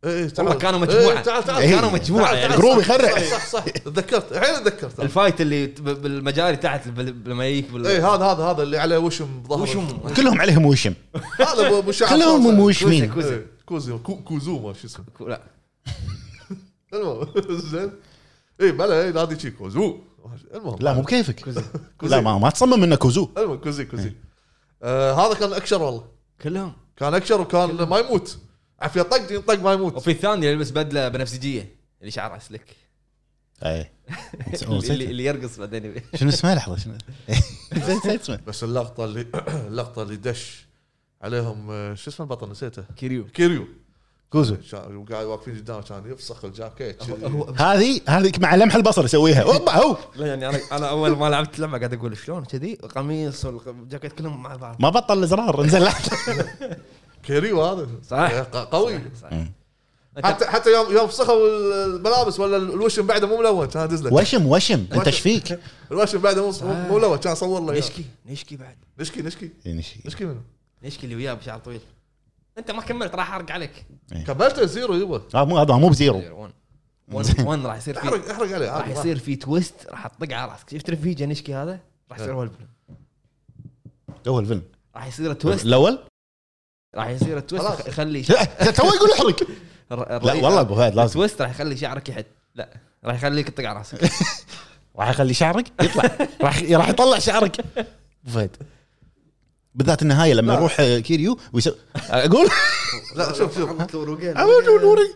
ايه
والله كانوا مجموعة.
تعال تعال
إيه.
كانوا مجموعه
تعال-
يعني
تعال.
جروب
صح
يخرع
صح صح تذكرت الحين تذكرت
الفايت اللي ت- ب- بالمجاري تحت بال- لما يجيك بال-
ايه هذا هذا هذا اللي عليه وشم بظهره
وشم
[laughs] كلهم عليهم وشم
هذا ابو أبو شعر
كلهم
صار-
موشمين
كوزي.
إيه، كوزي كو- كوزوما شو اسمه
لا
المهم [laughs] زين اي بلا إي، نادي شي كوزو المهم
لا مو بكيفك لا ما, ما تصمم انه كوزو
المهم كوزي كوزي آه هذا كان اكشر والله
كلهم
كان اكشر وكان ما يموت عافيه طق ينطق ما يموت
وفي الثاني اللي يلبس بدله بنفسجيه اللي شعرها سلك
اي
اللي, اللي يرقص بعدين
شنو اسمه لحظه شنو [laughs] نسيت اسمه
بس اللقطه اللي [clears throat] اللقطه اللي دش عليهم آه، شو اسمه البطل نسيته
كيريو
كيريو
كوزو
شا- وقاعد واقفين قدامه كان يفسخ الجاكيت
هو-
شذي.
هو-
هذه هذيك مع لمح البصر يسويها اوبا هو
لا يعني انا انا اول ما لعبت لما قاعد اقول شلون كذي قميص والجاكيت كلهم مع بعض
ما بطل الازرار انزين لحظه
كيريو هذا
صح.
ق- قوي
صح.
مم.
حتى حتى يوم يوم فسخوا الملابس ولا الوشم بعده مو ملون كان ادز لك
وشم وشم انت ايش فيك؟
الوشم بعده مو- مو مو ملون كان صور له إياه.
نشكي نشكي بعد
نشكي نشكي
يعني شي-
نشكي منه
نشكي اللي وياه بشعر طويل انت ما كملت راح احرق عليك
كملت زيرو يبا
اه مو هذا مو بزيرو
وان وان- وان راح يصير [laughs] في
احرق احرق عليه
راح
عادي، ما-
يصير في تويست راح تطق على راسك شفت رفيجه نشكي هذا راح يصير هو الفيلم
اول فيلم
راح يصير تويست
الاول
راح يصير تويست
خلاص.
يخلي ش-
لا، تو يقول احرق
الر-
لا
الرئيس-
والله ابو فهد لازم
التويست راح يخلي شعرك يحد لا راح يخليك تطق على راسك
راح اخلي شعرك يطلع راح راح يطلع شعرك ابو فهد بالذات النهايه لما يروح آه، كيريو آه، ويسوي اقول
لا شوف شوف
عمود نوري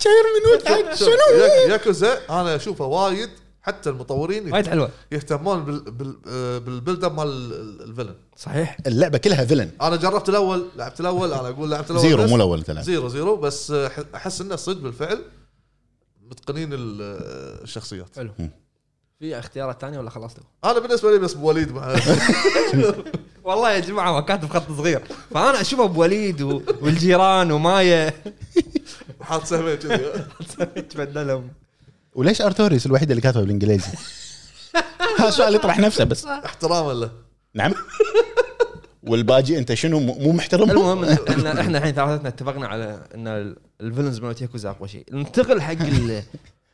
شاير من وجهك
شوف،
شنو
ياك- ياكوزا انا اشوفها وايد حتى المطورين
وايد حلوه
يهتمون بال- بال- آه، بالبيلد اب مال ال- الفيلن
صحيح
اللعبه كلها فيلن
انا جربت الاول لعبت الاول انا اقول لعبت الاول
زيرو
بس.
مو الاول تلعب
زيرو زيرو بس آه، أح- احس انه صدق بالفعل متقنين ال- آه، الشخصيات
حلو في اختيارات ثانيه ولا خلاص
انا بالنسبه لي بس أبو وليد مع
والله يا جماعه ما كاتب خط صغير فانا اشوف ابو وليد و- والجيران ومايا
[laughs]
[laughs]
حاط سهمين كذي
تبدلهم
وليش ارتوريس الوحيد اللي كاتبه بالانجليزي؟ هذا سؤال يطرح نفسه بس
احتراما له
نعم والباجي انت شنو مو مو محترم
المهم إن- ان احنا الحين ثلاثتنا اتفقنا على ان ال- الفيلنز مالت ياكوزا اقوى شيء ننتقل حق ال- [laughs]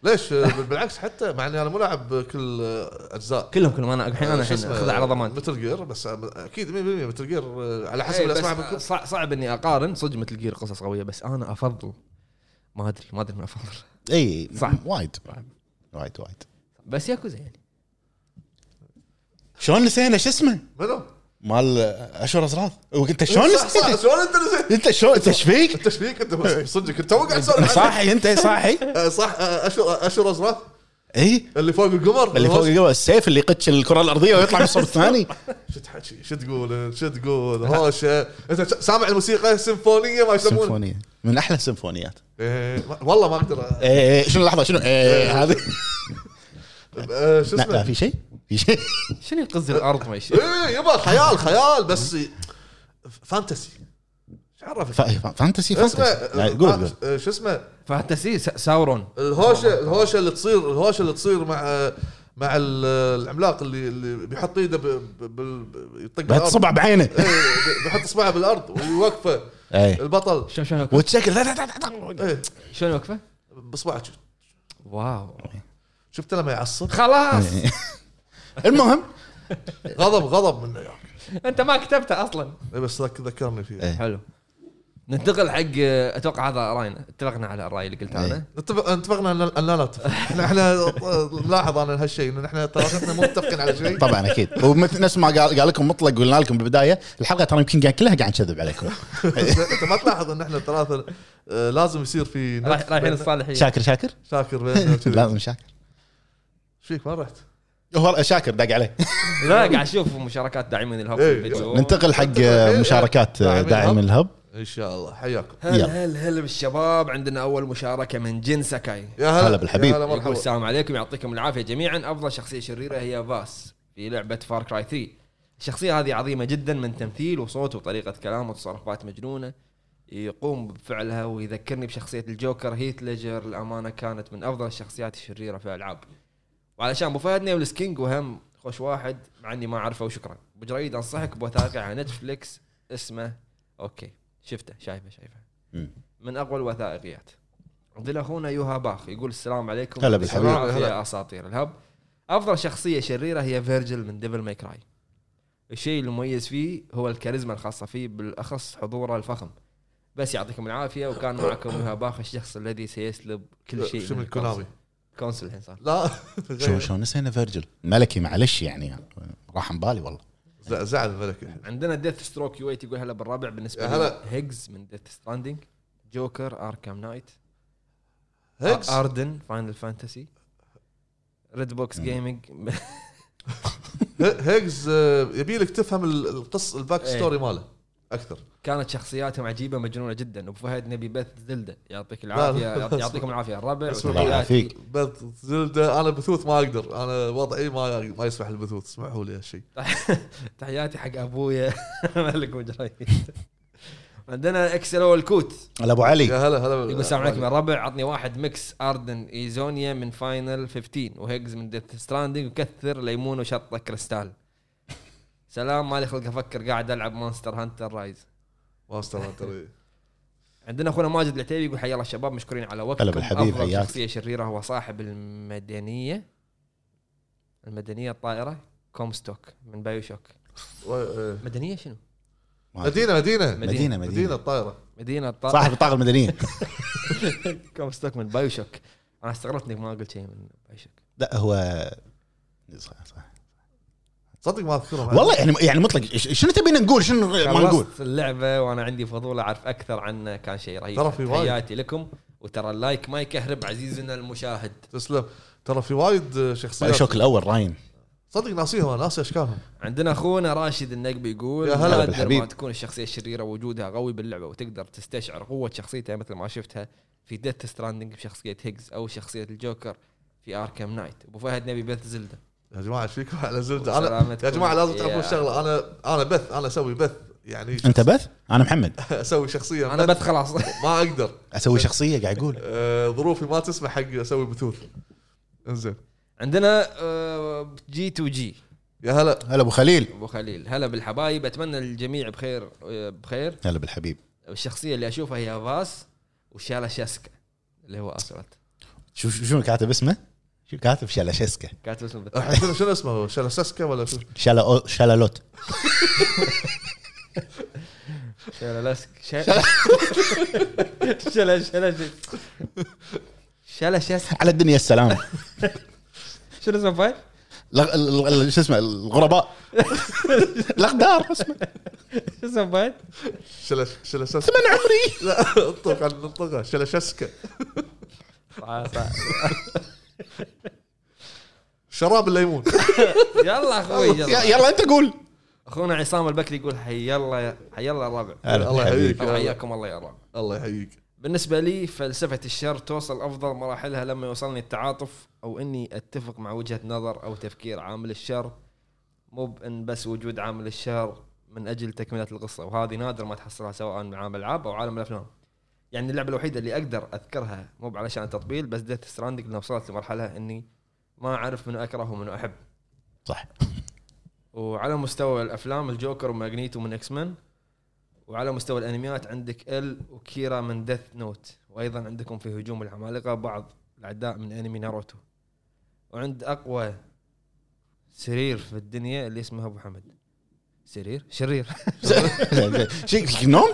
ليش آه، بالعكس حتى مع اني انا مو لاعب كل آه، اجزاء
كلهم كلهم انا الحين انا
شو
الحين
اسمه؟
اخذها على ضمانتي
متل جير بس اكيد 100% متل جير على حسب
إيه، بس
الاسماء بالكل.
صع- صعب اني اقارن صدق مثل جير قصص قويه بس انا افضل ما ادري ما ادري من افضل
اي
صح.
وايد وايد وايد
بس ياكوزا يعني
شلون نسينا شو اسمه؟
منو؟
مال آه، اشهر اسرار وانت شلون
صح- صح،
نسيت؟
شلون انت نسيت؟
انت شلون انت ايش فيك؟
انت ايش فيك انت بس- صدق انت تو قاعد تسولف عنه.
صاحي انت صاحي
آه، صح آه، اشهر اشهر ازراف
اي
اللي فوق القمر
إيه؟ اللي فوق الجبل، السيف اللي يقتش الكره الارضيه ويطلع [laughs] من الصوب الثاني
شو تحكي شو تقول شو تقول هوشه انت سامع الموسيقى سيمفونيه ما يسمونها
سيمفونيه من احلى السيمفونيات
إيه، ما- والله ما اقدر
اي اي شنو لحظه شنو اي هذه
آه، شو
لا لا
اسمه
في شيء في شيء [laughs]
شنو يقز الارض ما يشوف
ايه يبا خيال خيال بس فانتسي شو
ف-
عرفك
فانتسي
اسمه
فانتسي لا، قول قول
آه، شو اسمه
فانتسي سا- ساورون
الهوشه الهوشه اللي تصير الهوشه اللي تصير مع مع ال- العملاق اللي اللي بيحط ايده ب- ب- بال- يطق
بحط
بالأرض.
صبع بعينه
إيه، بيحط اصبعه بالارض ويوقفه
اي
البطل
شلون شلون وقفه؟
وتشكل لا، لا، لا، لا، لا.
إيه،
شلون وقفه؟
باصبعه شو-
واو
شفت لما يعصب
خلاص
المهم
غضب غضب منه يا أخي.
انت ما كتبته اصلا
إيه، بس ذك- ذكرني فيه
إيه.
حلو ننتقل حق اتوقع هذا راينا اتفقنا على الراي اللي
إيه.
قلت انا
اتفق- اتفقنا ان أن لا نتفق احنا احنا ملاحظ انا هالشيء ان احنا ثلاثتنا مو متفقين على شيء
طبعا اكيد ومثل نفس ما قال قال لكم مطلق قلنا لكم بالبدايه الحلقه ترى يمكن قاعد- كلها قاعد نكذب [laughs] عليكم إيه.
انت ما تلاحظ ان احنا ثلاثه آه، لازم يصير في نت
رايح- رايحين
بين-
الصالحين
شاكر [laughs] شاكر
شاكر بيننا وكذي.
لازم شاكر
ايش فيك ما رحت؟
هو شاكر داق عليه
لا قاعد اشوف مشاركات داعمين الهب
إيه.
ننتقل [laughs] حق مشاركات داعم الهب
ان شاء الله حياكم
هل
يلا.
هل هل بالشباب عندنا اول مشاركه من جين ساكاي
يا
هلا بالحبيب.
يا هلا
يقول
مرحبا
السلام عليكم يعطيكم العافيه جميعا افضل شخصيه شريره هي فاس في لعبه فار كراي 3 الشخصيه هذه عظيمه جدا من تمثيل وصوت وطريقه كلام وتصرفات مجنونه يقوم بفعلها ويذكرني بشخصيه الجوكر هيت ليجر الامانه كانت من افضل الشخصيات الشريره في الالعاب وعلشان ابو فهد نيملس كينج وهم خوش واحد مع اني ما اعرفه وشكرا ابو جريد انصحك بوثائقي على نتفليكس اسمه اوكي شفته شايفه شايفه
مم.
من اقوى الوثائقيات عندنا اخونا يوها باخ يقول السلام عليكم
هلا بالحبيب.
يعطيكم العافية
هلا.
يا اساطير الهب افضل شخصيه شريره هي فيرجل من ديفل ماي كراي الشيء المميز فيه هو الكاريزما الخاصه فيه بالاخص حضوره الفخم بس يعطيكم العافيه وكان معكم يوها باخ الشخص الذي سيسلب كل شيء
شو من
الكونسول.
كونامي
كونسل الحين صار
لا
شو شلون نسينا فيرجل ملكي معلش يعني راح عن بالي والله
ز- زعل الملك الحين
عندنا ديث ستروك يو يقول هلا بالرابع بالنسبه
يا
هلا
هلا.
هيجز من ديث ستراندينج جوكر اركام نايت
هيكس
اردن فاينل فانتسي ريد بوكس
مم.
جيمنج
هيجز آه، يبي لك تفهم ال- القص الباك
إيه.
ستوري ماله اكثر
كانت شخصياتهم عجيبه مجنونه جدا ابو فهد نبي بث زلده يعطيك
لا،
العافيه
لا،
يعطي- يعطيكم العافيه الربع
بسم
الله يعافيك.
بث زلده انا بثوث ما اقدر انا وضعي ما ما يسمح البثوث اسمحوا لي هالشيء
تحياتي حق [laughs] ابويا مالك مجريت عندنا اكس ال او الكوت
هلا ابو علي
يا هلا هلا
يقول السلام عليكم يا ربع عطني واحد ميكس اردن ايزونيا من فاينل 15 وهيجز من ديث ستراندنج وكثر ليمون وشطه كريستال سلام مالي خلق افكر قاعد العب مونستر هانتر رايز
ماستر هانتر
[laughs]
إيه. عندنا
عندنا اخونا ماجد العتيبي يقول حيا الله الشباب مشكورين على وقتكم
هلا بالحبيب،
افضل
حياك.
شخصيه شريره هو صاحب المدنيه المدنيه الطائره كومستوك من بايو شوك
و- إيه.
مدنيه شنو؟
ما أدري.
مدينه مدينه
مدينه
مدينه
مدينه
الطائره
مدينه الطائره
صاحب الطاقه [laughs] المدنيه
[laughs] كومستوك من بايو شوك انا استغربت انك ما قلت شيء من بايو شوك
لا هو صح صح
صدق ما اذكرهم
والله يعني يعني مطلق إيش- شنو تبينا نقول شنو ما نقول
خلصت اللعبه وانا عندي فضول اعرف اكثر عنه كان شيء رهيب
ترى في وايد.
تحياتي لكم وترى اللايك ما يكهرب عزيزنا المشاهد
تسلم ترى في وايد
باي
شخصيات
شوك الاول راين
صدق ناسيهم أنا، ناسي اشكالهم
عندنا اخونا راشد النقبي يقول
يا هلا
قدر ما
بالحبيب.
تكون الشخصيه الشريره وجودها قوي باللعبه وتقدر تستشعر قوه شخصيتها مثل ما شفتها في ديث ستراندنج بشخصيه هيجز او شخصيه الجوكر في اركام نايت ابو فهد نبي بث زلده
يا جماعه ايش فيكم على زلده انا
وسلامتكم.
يا جماعه لازم
يا.
تعرفون شغله انا انا بث انا اسوي بث يعني
انت
[laughs]
بث انا محمد
اسوي شخصيه
انا بث خلاص [laughs]
ما اقدر
اسوي شخصيه قاعد اقول
آه، ظروفي ما تسمح حق اسوي بثوث انزين
عندنا آه، جي تو جي
يا هلا
هلا ابو خليل
ابو خليل هلا بالحبايب اتمنى الجميع بخير آه، بخير
هلا بالحبيب
الشخصيه اللي اشوفها هي فاس وشالا شاسكا اللي هو اسرت
شو شو- شو كاتب اسمه؟ شو كاتب شالاشيسكا
كاتب اسمه بالت-
احنا شنو شنو اسمه شلسسكا ولا شو
شالا شالالوت
شالا لاسك [laughs] شالا شالا شالا شالا شاسكا
على الدنيا السلام
شنو اسمه فايل؟
لغ- ال- ال- شو اسمه [laughs] الغرباء الاقدار اسمه
شو اسمه فايل؟
شلس شلسسكا ثمن عمري لا انطق عن- انطقها شلسسكا
صح- صح.
شراب الليمون
يلا اخوي يلا
طيب، يلا انت قول
اخونا عصام البكري يقول حي الله يا- حي الله الربع
هلا
الله يحييك.
الله حياكم الله يا رب
الله يحييك
بالنسبة لي فلسفة الشر توصل أفضل مراحلها لما يوصلني التعاطف أو إني أتفق مع وجهة نظر أو تفكير عامل الشر مو بأن بس وجود عامل الشر من أجل تكملة القصة وهذه نادر ما تحصلها سواء مع عالم الألعاب أو عالم الأفلام يعني اللعبة الوحيدة اللي أقدر أذكرها مو علشان التطبيل بس ديث ستراندنج لأن وصلت لمرحلة إني ما أعرف من أكره ومن أحب
صح [laughs]
وعلى مستوى الافلام الجوكر وماجنيتو من اكس مان وعلى مستوى الانميات عندك ال وكيرا من ديث نوت وايضا عندكم في هجوم العمالقه بعض الاعداء من انمي ناروتو وعند اقوى سرير في الدنيا اللي اسمه ابو حمد سرير شرير [laughs]
شيء شيء نوم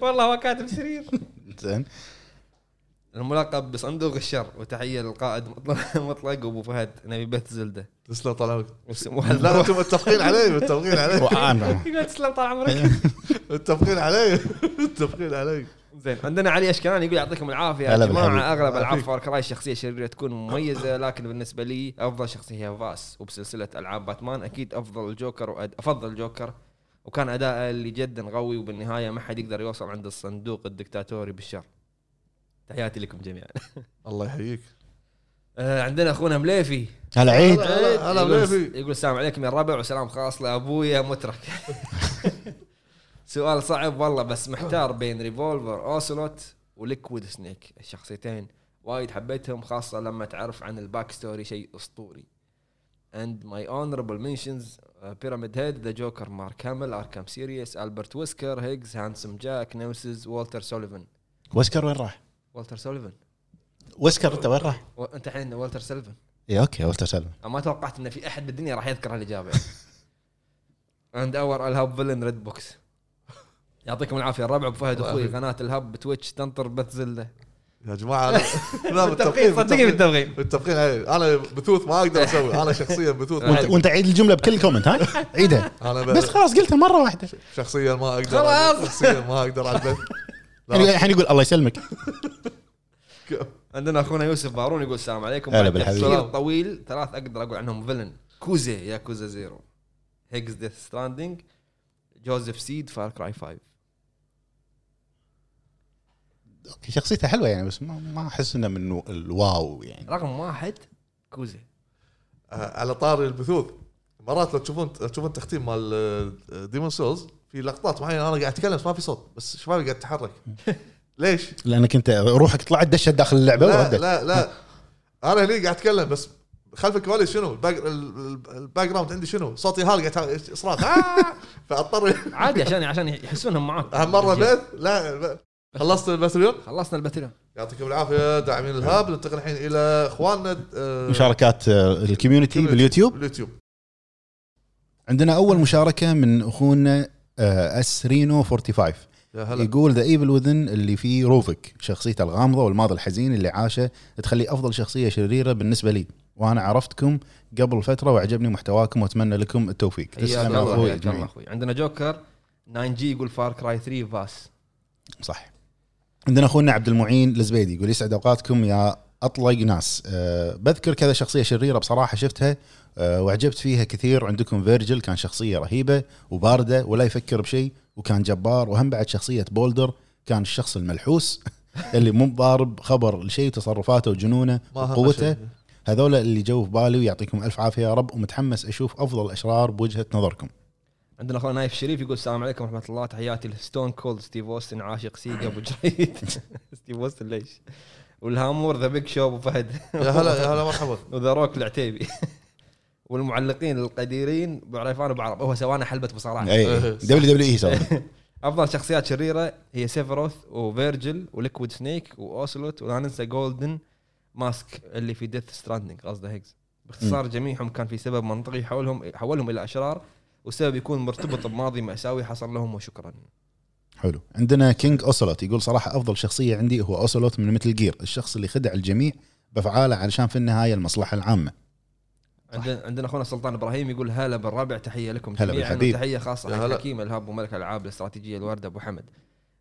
والله هو كاتب سرير
زين
الملقب بصندوق الشر وتحيه للقائد مطلق- مطلق ابو فهد نبي بث زلده
تسلم طال عمرك
وسموها [laughs]
لا
المروحة.
انتم متفقين علي متفقين
[laughs]
علي
وأنا-
يقول تسلم طال عمرك
متفقين علي [laughs] متفقين علي
زين عندنا علي اشكنان يقول يعطيكم العافيه يا
هلا بالحبيب.
جماعه اغلب العاب
يعافيك.
فار كراي الشخصيه الشريره تكون مميزه لكن بالنسبه لي افضل شخصيه هي فاس وبسلسله العاب باتمان اكيد افضل الجوكر وأد... افضل الجوكر وكان اداءه اللي جدا قوي وبالنهايه ما حد يقدر يوصل عند الصندوق الدكتاتوري بالشر تحياتي لكم جميعا
الله يحييك
[laughs] آه، عندنا اخونا مليفي
هلا عيد
هلا- هلا
يقول-
مليفي.
يقول السلام عليكم يا الربع وسلام خاص لابويا مترك [laughs] سؤال صعب والله بس محتار بين ريفولفر اوسلوت وليكويد سنيك الشخصيتين وايد حبيتهم خاصه لما تعرف عن الباك ستوري شيء اسطوري اند ماي اونربل منشنز بيراميد هيد ذا جوكر مارك هامل اركام سيريس البرت ويسكر هيجز هانسم جاك نمسز والتر سوليفن
وسكر وين راح؟
والتر سوليفن
وسكر انت وين راح؟ إيه،
و- انت الحين والتر سوليفن
اي اوكي والتر سلم
ما توقعت ان في احد بالدنيا راح يذكر [laughs] هالاجابه عند اور الهب فيلن ريد [laughs] بوكس يعطيكم العافيه الربع ابو فهد اخوي قناه الهب بتويتش تنطر بث زله
يا جماعه أنا- لا
بالتبغيض صدقني بالتبغيض
متفقين عليه انا بثوث ما اقدر اسوي انا شخصيا بثوث ما
وانت,
أقدر.
وانت عيد الجمله بكل كومنت ها عيدها
انا ب-
بس خلاص قلتها مره واحده
شخصيا ما اقدر
خلاص.
شخصيا ما اقدر على البث
يعني الحين يقول الله يسلمك
عندنا اخونا يوسف بارون يقول السلام عليكم
هلا
بعد
بالحبيب.
تفسير
سلام.
طويل ثلاث اقدر اقول عنهم فيلن كوزا يا كوزا زيرو هيجز ديث ستراندنج جوزيف سيد فار كراي 5
أوكي، شخصيته حلوه يعني بس ما, ما احس انه من الواو يعني
رقم واحد كوزا
آه، [laughs] على طاري البثوث مرات لو تشوفون لو تشوفون التختيم مال ديمون سولز في لقطات معينه انا قاعد اتكلم بس ما في صوت بس شبابي قاعد تتحرك ليش؟
لانك انت روحك طلعت دشت داخل اللعبه
لا
وردت
لا لا انا هني قاعد اتكلم بس خلف الكواليس شنو؟ الباك- ال- ال- الباك جراوند عندي شنو؟ صوتي هال قاعد يتح- صراخ آه! فاضطر
عادي عشان عشان يحسونهم معاك
اهم مره بث لا ب- خلصت البث
خلصنا الباتريون
يعطيكم العافيه داعمين الهاب ننتقل الحين الى اخواننا آه،
مشاركات آه، الكوميونتي باليوتيوب
باليوتيوب
عندنا اول مشاركه من اخونا آه، اسرينو 45
يا
هلا.
هلا
يقول ذا ايفل وذن اللي فيه روفك شخصيته الغامضه والماضي الحزين اللي عاشه تخليه افضل شخصيه شريره بالنسبه لي وانا عرفتكم قبل فتره وعجبني محتواكم واتمنى لكم التوفيق
حياك
تسلم يا
الله
اخوي
حياك الله
أجمعين.
اخوي عندنا جوكر 9 جي يقول فار كراي 3 فاس
صح عندنا اخونا عبد المعين الزبيدي يقول يسعد اوقاتكم يا اطلق ناس أه بذكر كذا شخصيه شريره بصراحه شفتها أه وعجبت فيها كثير عندكم فيرجل كان شخصيه رهيبه وبارده ولا يفكر بشيء وكان جبار وهم بعد شخصيه بولدر كان الشخص الملحوس [laughs] اللي مو ضارب خبر لشيء وتصرفاته وجنونه
ما أهم
وقوته
شيء.
هذول اللي جو في بالي ويعطيكم الف عافيه يا رب ومتحمس اشوف افضل اشرار بوجهه نظركم
عندنا اخونا نايف شريف يقول السلام عليكم ورحمه الله تحياتي لستون كولد ستيف اوستن عاشق سيجا ابو جريد [laughs] ستيف اوستن ليش؟ والهامور ذا بيج شو ابو فهد
يا هلا يا هلا مرحبا
[laughs] وذا روك العتيبي [laughs] والمعلقين القديرين بعرفان وبعرب هو سوانا حلبة
آه.
بصراحة
[laughs]
اي إيه، دبليو دبليو اي سوى.
افضل شخصيات شريرة هي سيفروث وفيرجل وليكويد سنيك واوسلوت ولا ننسى جولدن ماسك اللي في ديث ستراندنج قصده هيجز باختصار جميعهم كان في سبب منطقي حولهم حولهم الى اشرار والسبب يكون مرتبط بماضي ماساوي حصل لهم وشكرا
حلو عندنا كينج اوسلوت يقول صراحه افضل شخصيه عندي هو اوسلوت من مثل جير الشخص اللي خدع الجميع بافعاله علشان في النهايه المصلحه العامه
عندنا عندنا اخونا سلطان ابراهيم يقول هلا بالرابع تحيه لكم
هلا
جميعا
بالحبيب.
وتحيه
يا
خاصه حق
هلا.
حكيم الهاب وملك الالعاب الاستراتيجيه الورده ابو حمد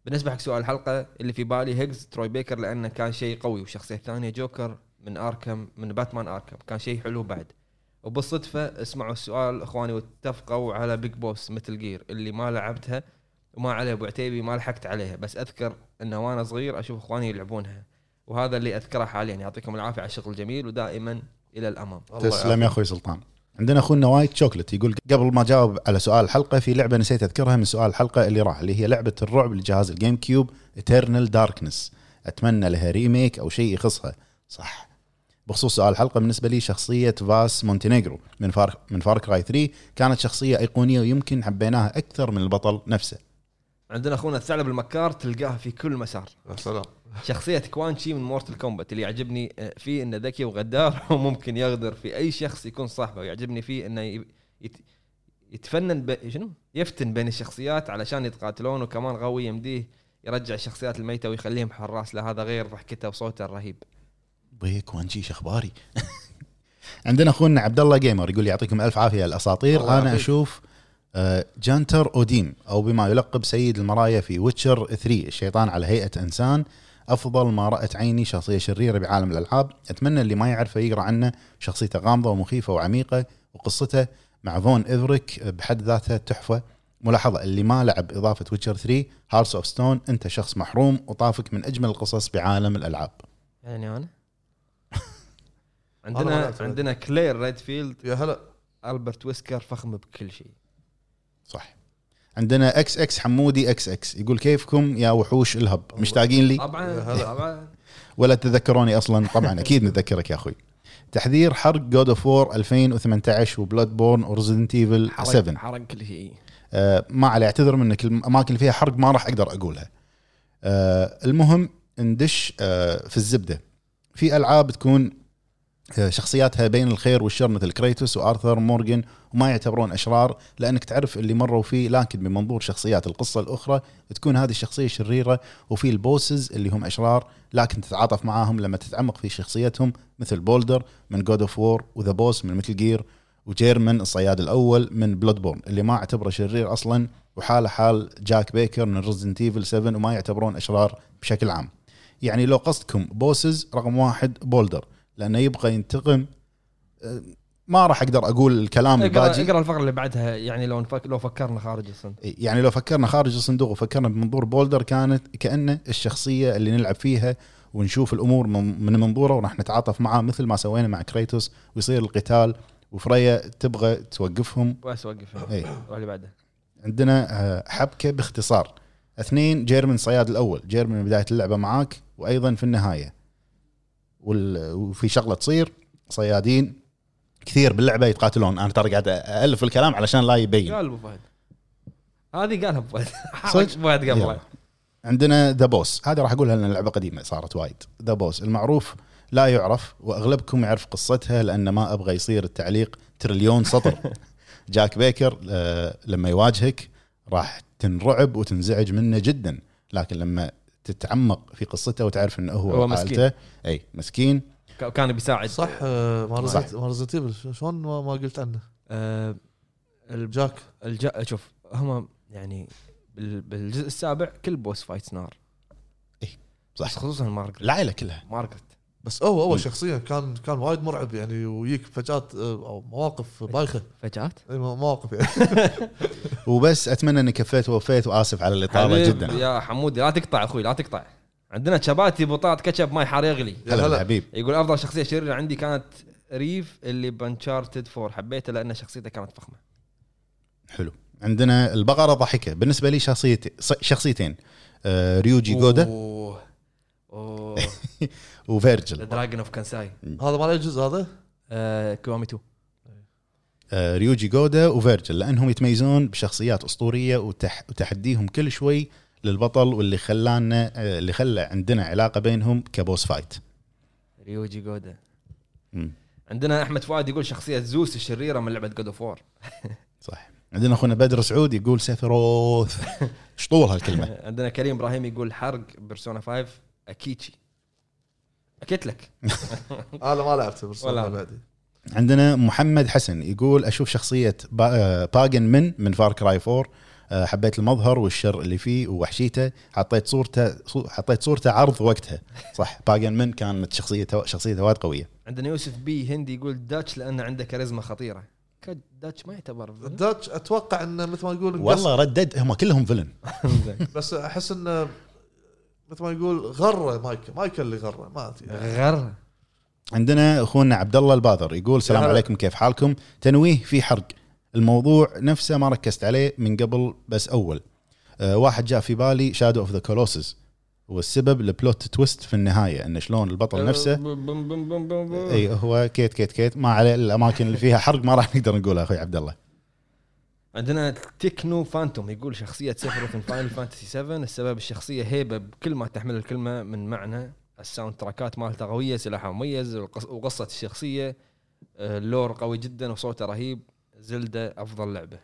بالنسبه حق سؤال الحلقه اللي في بالي هيجز تروي بيكر لانه كان شيء قوي والشخصيه الثانيه جوكر من اركم من باتمان اركم كان شيء حلو بعد وبالصدفه اسمعوا السؤال اخواني واتفقوا على بيج بوس مثل جير اللي ما لعبتها وما عليه ابو عتيبي ما لحقت عليها بس اذكر انه وانا صغير اشوف اخواني يلعبونها وهذا اللي اذكره حاليا يعطيكم العافيه على الشغل الجميل ودائما الى الامام
الله
تسلم يا اخوي سلطان عندنا اخونا وايت شوكلت يقول قبل ما جاوب على سؤال الحلقه في لعبه نسيت اذكرها من سؤال الحلقه اللي راح اللي هي لعبه الرعب لجهاز الجيم كيوب ايترنال داركنس اتمنى لها ريميك او شيء يخصها صح بخصوص سؤال الحلقه بالنسبه لي شخصيه فاس مونتينيجرو من فار من فار كراي 3 كانت شخصيه ايقونيه ويمكن حبيناها اكثر من البطل نفسه
عندنا اخونا الثعلب المكار تلقاه في كل مسار
يا سلام
شخصيه كوانشي من مورتل كومبات اللي يعجبني آه، فيه انه ذكي وغدار [laughs] وممكن يغدر في اي شخص يكون صاحبه ويعجبني فيه انه ي- يت- يتفنن ب... شنو يفتن بين الشخصيات علشان يتقاتلون وكمان غوي يمديه يرجع الشخصيات الميته ويخليهم حراس لا هذا غير ضحكته وصوته الرهيب
بيك وانجي شخباري [laughs] عندنا اخونا عبد الله جيمر يقول يعطيكم الف عافيه يا
الله
الاساطير انا
يعافيك.
اشوف آه، جانتر اوديم او بما يلقب سيد المرايا في ويتشر 3 الشيطان على هيئه انسان افضل ما رات عيني شخصيه شريره بعالم الالعاب اتمنى اللي ما يعرفه يقرا عنه شخصيته غامضه ومخيفه وعميقه وقصته مع فون ايفريك بحد ذاتها تحفه ملاحظه اللي ما لعب اضافه ويتشر 3 هارس اوف ستون انت شخص محروم وطافك من اجمل القصص بعالم الالعاب
يعني انا
أنا ما
[laughs] عندنا
لعبت بعد.
عندنا كلير ريدفيلد
يا هلا
البرت ويسكر فخم بكل شيء
صح عندنا اكس اكس حمودي اكس اكس يقول كيفكم يا وحوش الهب مشتاقين لي
طبعا
يا هلا.
طبعا
ولا تذكروني اصلا طبعا اكيد نتذكرك يا اخوي تحذير حرق جود اوف 2018 وبلاد بورن ورزدنت ايفل
حرق
7
حرق كل شيء
آه ما علي اعتذر منك الاماكن اللي فيها حرق ما راح اقدر اقولها آه المهم ندش آه في الزبده في العاب تكون آه، شخصياتها بين الخير والشر مثل كريتوس وارثر مورغان وما يعتبرون اشرار لانك تعرف اللي مروا فيه لكن من منظور شخصيات القصه الاخرى تكون هذه الشخصيه شريره وفي البوسز اللي هم اشرار لكن تتعاطف معاهم لما تتعمق في شخصيتهم مثل بولدر من جود اوف وور وذا بوس من مثل جير وجيرمن الصياد الاول من بلود بورن اللي ما اعتبره شرير اصلا وحاله حال جاك بيكر من ريزنت ايفل 7 وما يعتبرون اشرار بشكل عام. يعني لو قصدكم بوسز رقم واحد بولدر لانه يبغى ينتقم أه، ما راح اقدر اقول الكلام
اقرا
الباجي
اقرا الفقره اللي بعدها يعني لو نفك... لو فكرنا خارج الصندوق
يعني لو فكرنا خارج الصندوق وفكرنا بمنظور بولدر كانت كانه الشخصيه اللي نلعب فيها ونشوف الامور من من منظوره وراح نتعاطف معاه مثل ما سوينا مع كريتوس ويصير القتال وفريا تبغى توقفهم
بس وقف
اي
روح اللي بعده
عندنا آه، حبكه باختصار اثنين جيرمن صياد الاول جيرمن من بدايه اللعبه معاك وايضا في النهايه وال- وفي شغله تصير صيادين كثير باللعبه يتقاتلون انا ترى قاعد الف الكلام علشان لا يبين
قال ابو فهد هذه قالها
[laughs]
ابو فهد
إيه. صدق؟
صدق ابو فهد
يلا.
قبل
عندنا ذا بوس هذه راح اقولها لان اللعبه قديمه صارت وايد ذا بوس المعروف لا يعرف واغلبكم يعرف قصتها لان ما ابغى يصير التعليق تريليون
[laughs]
سطر جاك بيكر آه، لما يواجهك راح تنرعب وتنزعج منه جدا لكن لما تتعمق في قصته وتعرف انه هو,
هو
هو
مسكين.
مسكين اي مسكين
ك- كان بيساعد
صح آه، ما رزنت ما رزنت ايفل شلون ما ما قلت عنه
آه، الب-
جاك
الج... شوف هم يعني بال- بالجزء السابع كل بوس فايت نار
إيه، صح.
بس خصوصا مارجريت
العائله كلها
مارجريت
بس هو
مم.
اول شخصيا كان كان وايد مرعب يعني ويجيك فجات آه، او مواقف بايخه
فجأة
أي مو- مواقف يعني [laughs]
وبس اتمنى اني كفيت ووفيت واسف على الاطاله
حبيب،
جدا
يا حمودي لا تقطع اخوي لا تقطع عندنا شباتي بطاط كاتشب ماي حار يغلي
يا
هلا
هلا.
بالحبيب
يقول افضل شخصيه شريره عندي كانت ريف اللي بانشارتد 4 حبيته لان شخصيته كانت فخمه
حلو عندنا البقره ضحكه بالنسبه لي شخصيتي شخصيتين آه، ريوجي جودا
اوه اوه
وفيرجل
دراجون اوف كانساي
هذا ما له جزء هذا
كيوامي 2
آه، ريوجي جودا وفيرجل لانهم يتميزون بشخصيات اسطوريه وتح... وتحديهم كل شوي للبطل واللي خلانا آه، اللي خلى عندنا علاقه بينهم كبوس فايت
ريوجي جودا
مم.
عندنا احمد فؤاد يقول شخصيه زوس الشريره من لعبه جود اوف وور
صح عندنا اخونا بدر سعود يقول سيفروث [laughs] ايش طول هالكلمه
عندنا كريم ابراهيم يقول حرق بيرسونا 5 اكيتشي اكيت لك
انا ما لعبته بس
ولا
والله
أنا.
بعدي
عندنا محمد حسن يقول اشوف شخصيه با... آه، باجن من من فار كراي 4 آه، حبيت المظهر والشر اللي فيه ووحشيته حطيت صورته صو- حطيت صورته عرض وقتها صح باجن من كانت شخصيته شخصيته وايد قويه
عندنا يوسف بي هندي يقول داتش لان عنده كاريزما خطيره كد- داتش ما يعتبر فيلن.
الداتش اتوقع انه مثل ما يقول
والله ردد هم كلهم فيلن
[laughs] زين.
بس احس انه مثل ما يقول غره مايكل مايكل اللي غره ما ادري
غر
عندنا اخونا عبد الله الباذر يقول السلام
هلا.
عليكم كيف حالكم؟ تنويه في حرق الموضوع نفسه ما ركزت عليه من قبل بس اول أه واحد جاء في بالي شادو اوف ذا كولوسز والسبب البلوت تويست في النهايه انه شلون البطل نفسه
أه،
إيه،
بم- بم- بم- بم- بم.
اي هو كيت كيت كيت ما عليه الاماكن اللي فيها حرق ما راح نقدر نقولها اخوي عبد الله
عندنا تكنو فانتوم يقول شخصية سيفروث من فاينل فانتسي 7 السبب الشخصية هيبة بكل ما تحمل الكلمة من معنى الساوند تراكات مالته قوية سلاحه مميز والقص- وقصة الشخصية آه، اللور قوي جدا وصوته رهيب زلدة أفضل لعبة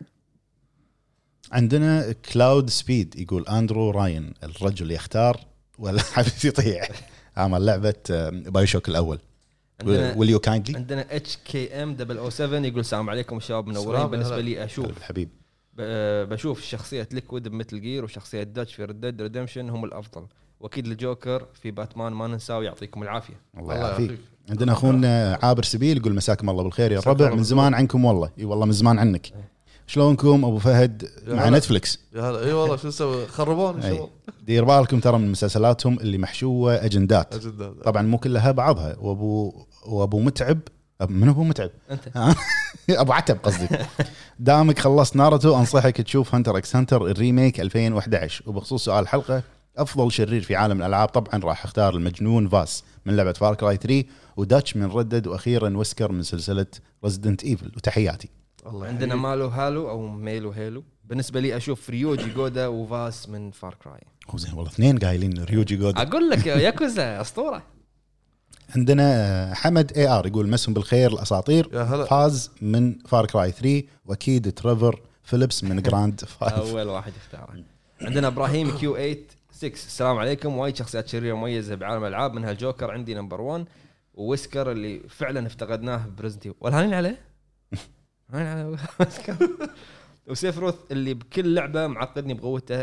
عندنا كلاود سبيد يقول اندرو راين الرجل يختار ولا [laughs] حبيبي يطيع عمل لعبه باي شوك الاول
عندنا
ويل يو كايندلي
عندنا اتش كي ام 007 يقول السلام عليكم الشباب منورين
السلام،
بالنسبة
هلا.
لي أشوف
حبيب
ب- آه، بشوف شخصية ليكويد بمتل جير وشخصية داتش في ريد ريدمشن هم الأفضل وأكيد الجوكر في باتمان ما ننساه ويعطيكم العافية
الله يعافيك عندنا اخونا عابر سبيل يقول مساكم الله بالخير يا
مساكم
الربع
الله
من زمان عنكم والله اي والله من زمان عنك شلونكم ابو فهد
يا
مع
هلا.
نتفلكس
يا هلا اي والله شو نسوي خربوني
أي.
شباب
دير بالكم ترى من مسلسلاتهم اللي محشوه اجندات
أجل هذا.
طبعا مو كلها بعضها وابو وابو متعب أب- من ابو متعب؟
أنت
[laughs] ابو عتب قصدي دامك خلصت ناروتو انصحك تشوف هنتر اكس هنتر الريميك 2011 وبخصوص سؤال الحلقه افضل شرير في عالم الالعاب طبعا راح اختار المجنون فاس من لعبه فار كراي 3 وداتش من ردد واخيرا وسكر من سلسله ريزدنت ايفل وتحياتي
الله
عندنا مالو هالو او ميلو هيلو بالنسبه لي اشوف ريوجي جودا وفاس من فار كراي
أوه زين والله اثنين قايلين ريوجي جود
اقول لك يا ياكوزا اسطوره
عندنا آه، حمد اي ار يقول مسهم بالخير الاساطير
يا هلا
فاز من فار كراي 3 واكيد تريفر
[laughs]
فيليبس من جراند
طيب. آه،
5
اول واحد اختاره عندنا ابراهيم كيو 8 6 السلام عليكم وايد شخصيات شريره مميزه بعالم الالعاب منها الجوكر عندي نمبر 1 وويسكر اللي فعلا افتقدناه بريزنتي والهانين
[laughs]
عليه هانين عليه ويسكر وسيف روث اللي بكل لعبه معقدني بقوته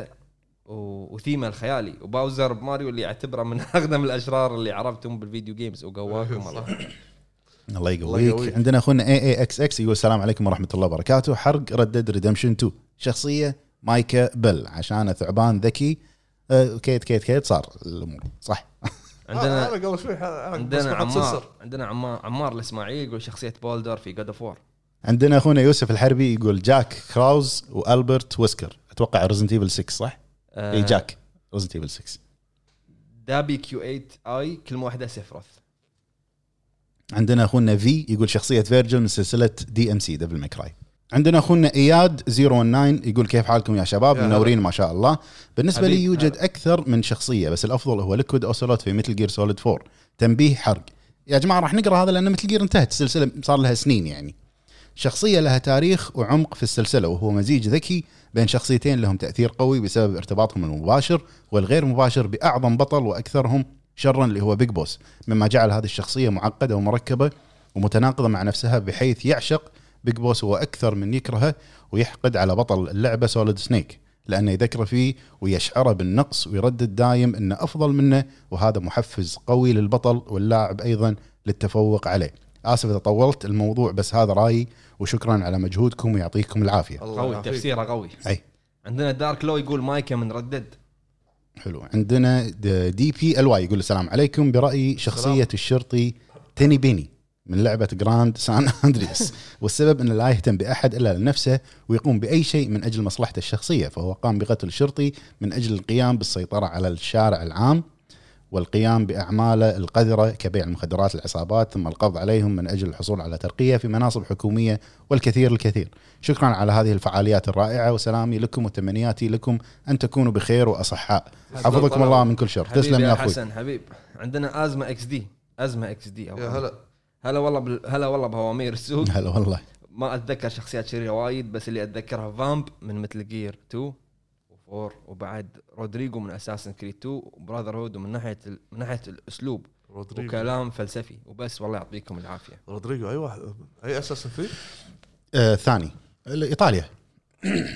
و- وثيمه الخيالي وباوزر بماريو اللي اعتبره من [laughs] اقدم الاشرار اللي عرفتهم بالفيديو جيمز وقواكم
آه،
الله
الله
الله
يقويك
يقويك.
عندنا اخونا اي اي اكس اكس يقول السلام عليكم ورحمه الله وبركاته حرق ردد ريدمشن 2 شخصيه مايكا بل عشان أنا ثعبان ذكي آه، كيت كيت كيت صار الامور صح
عندنا
آه، انا قبل شوي أنا بس
عندنا
بحط
عمار
سلسل.
عندنا عمار عمار الاسماعيلي يقول شخصيه بولدر في جاد اوف وور
عندنا اخونا يوسف الحربي يقول جاك كراوز والبرت ويسكر اتوقع ريزنت ايفل 6 صح؟
إيه، آه.
اي جاك ريزنت ايفل 6
دابي كيو 8 اي كلمه واحده سيفروث
عندنا اخونا في يقول شخصيه فيرجل من سلسله دي ام سي دبل ماكراي عندنا اخونا اياد 019 يقول كيف حالكم يا شباب
يا هلا.
منورين ما شاء الله بالنسبه لي
حبيب،
يوجد اكثر من شخصيه بس الافضل هو ليكويد اوسولوت في مثل جير سوليد 4 تنبيه حرق يا جماعه راح نقرا هذا لان مثل جير انتهت السلسله صار لها سنين يعني شخصيه لها تاريخ وعمق في السلسله وهو مزيج ذكي بين شخصيتين لهم تاثير قوي بسبب ارتباطهم المباشر والغير مباشر باعظم بطل واكثرهم شرا اللي هو بيج بوس مما جعل هذه الشخصيه معقده ومركبه ومتناقضه مع نفسها بحيث يعشق بيج بوس هو اكثر من يكرهه ويحقد على بطل اللعبه سوليد سنيك لانه يذكره فيه ويشعره بالنقص ويردد دايم انه افضل منه وهذا محفز قوي للبطل واللاعب ايضا للتفوق عليه. اسف اذا طولت الموضوع بس هذا رايي وشكرا على مجهودكم ويعطيكم العافيه.
الله
قوي
يعافيك.
تفسيره قوي
اي
عندنا دارك لو يقول مايكا من ردد
حلو عندنا د- دي بي الواي يقول السلام عليكم برايي شخصيه
السلام.
الشرطي تيني بيني من لعبه جراند سان اندرياس والسبب انه لا يهتم باحد الا لنفسه ويقوم باي شيء من اجل مصلحته الشخصيه فهو قام بقتل شرطي من اجل القيام بالسيطره على الشارع العام والقيام باعماله القذره كبيع المخدرات للعصابات ثم القبض عليهم من اجل الحصول على ترقيه في مناصب حكوميه والكثير الكثير. شكرا على هذه الفعاليات الرائعه وسلامي لكم وتمنياتي لكم ان تكونوا بخير واصحاء. حفظكم الله من كل شر تسلم
حبيبي
يا
يا
اخوي
حسن حبيب عندنا ازمه اكس دي ازمه اكس دي
يا هلا
هلا والله بال... هلا والله بهوامير السوق
هلا والله
ما اتذكر شخصيات شريره وايد بس اللي اتذكرها فامب من مثل جير 2 و4 وبعد رودريجو من اساسن كريد 2 وبراذر هود ومن ناحيه ال... من ناحيه الاسلوب
رودريجو
وكلام فلسفي وبس والله يعطيكم العافيه
رودريجو اي واحد اي اساسا كريد
آه ثاني ايطاليا
إيه.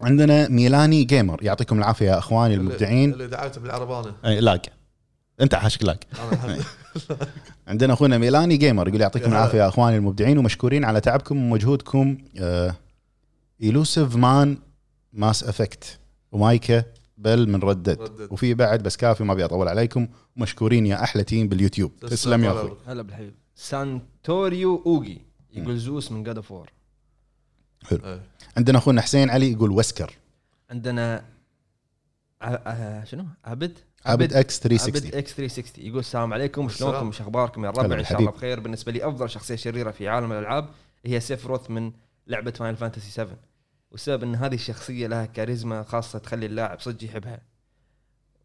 عندنا ميلاني جيمر يعطيكم العافيه يا اخواني
اللي-
المبدعين
اللي دعيته بالعربانه
آه لاق انت حاشك لاق
انا حبيبي
[laughs] عندنا اخونا ميلاني جيمر يقول يعطيكم
يا هلا.
العافيه يا اخواني المبدعين ومشكورين على تعبكم ومجهودكم آه ايلوسيف مان ماس افكت ومايكا بل من ردد
ردد.
وفي بعد بس كافي ما ابي اطول عليكم ومشكورين يا احلى تيم باليوتيوب تسلم يا
طال
اخوي
عمرك.
هلا بالحبيب سانتوريو اوجي يقول زوس من جاد اوف وور
إيه.
عندنا اخونا حسين علي يقول وسكر
عندنا ع- ع- شنو عبد
عبد اكس
عبد
360
اكس 360 يقول السلام عليكم
السلام.
شلونكم ايش اخباركم يا
هلا
الربع ان شاء
بالحبيب.
الله بخير بالنسبه لي افضل شخصيه شريره في عالم الالعاب هي سيف روث من لعبه فاينل فانتسي 7 والسبب ان هذه الشخصيه لها كاريزما خاصه تخلي اللاعب صدق يحبها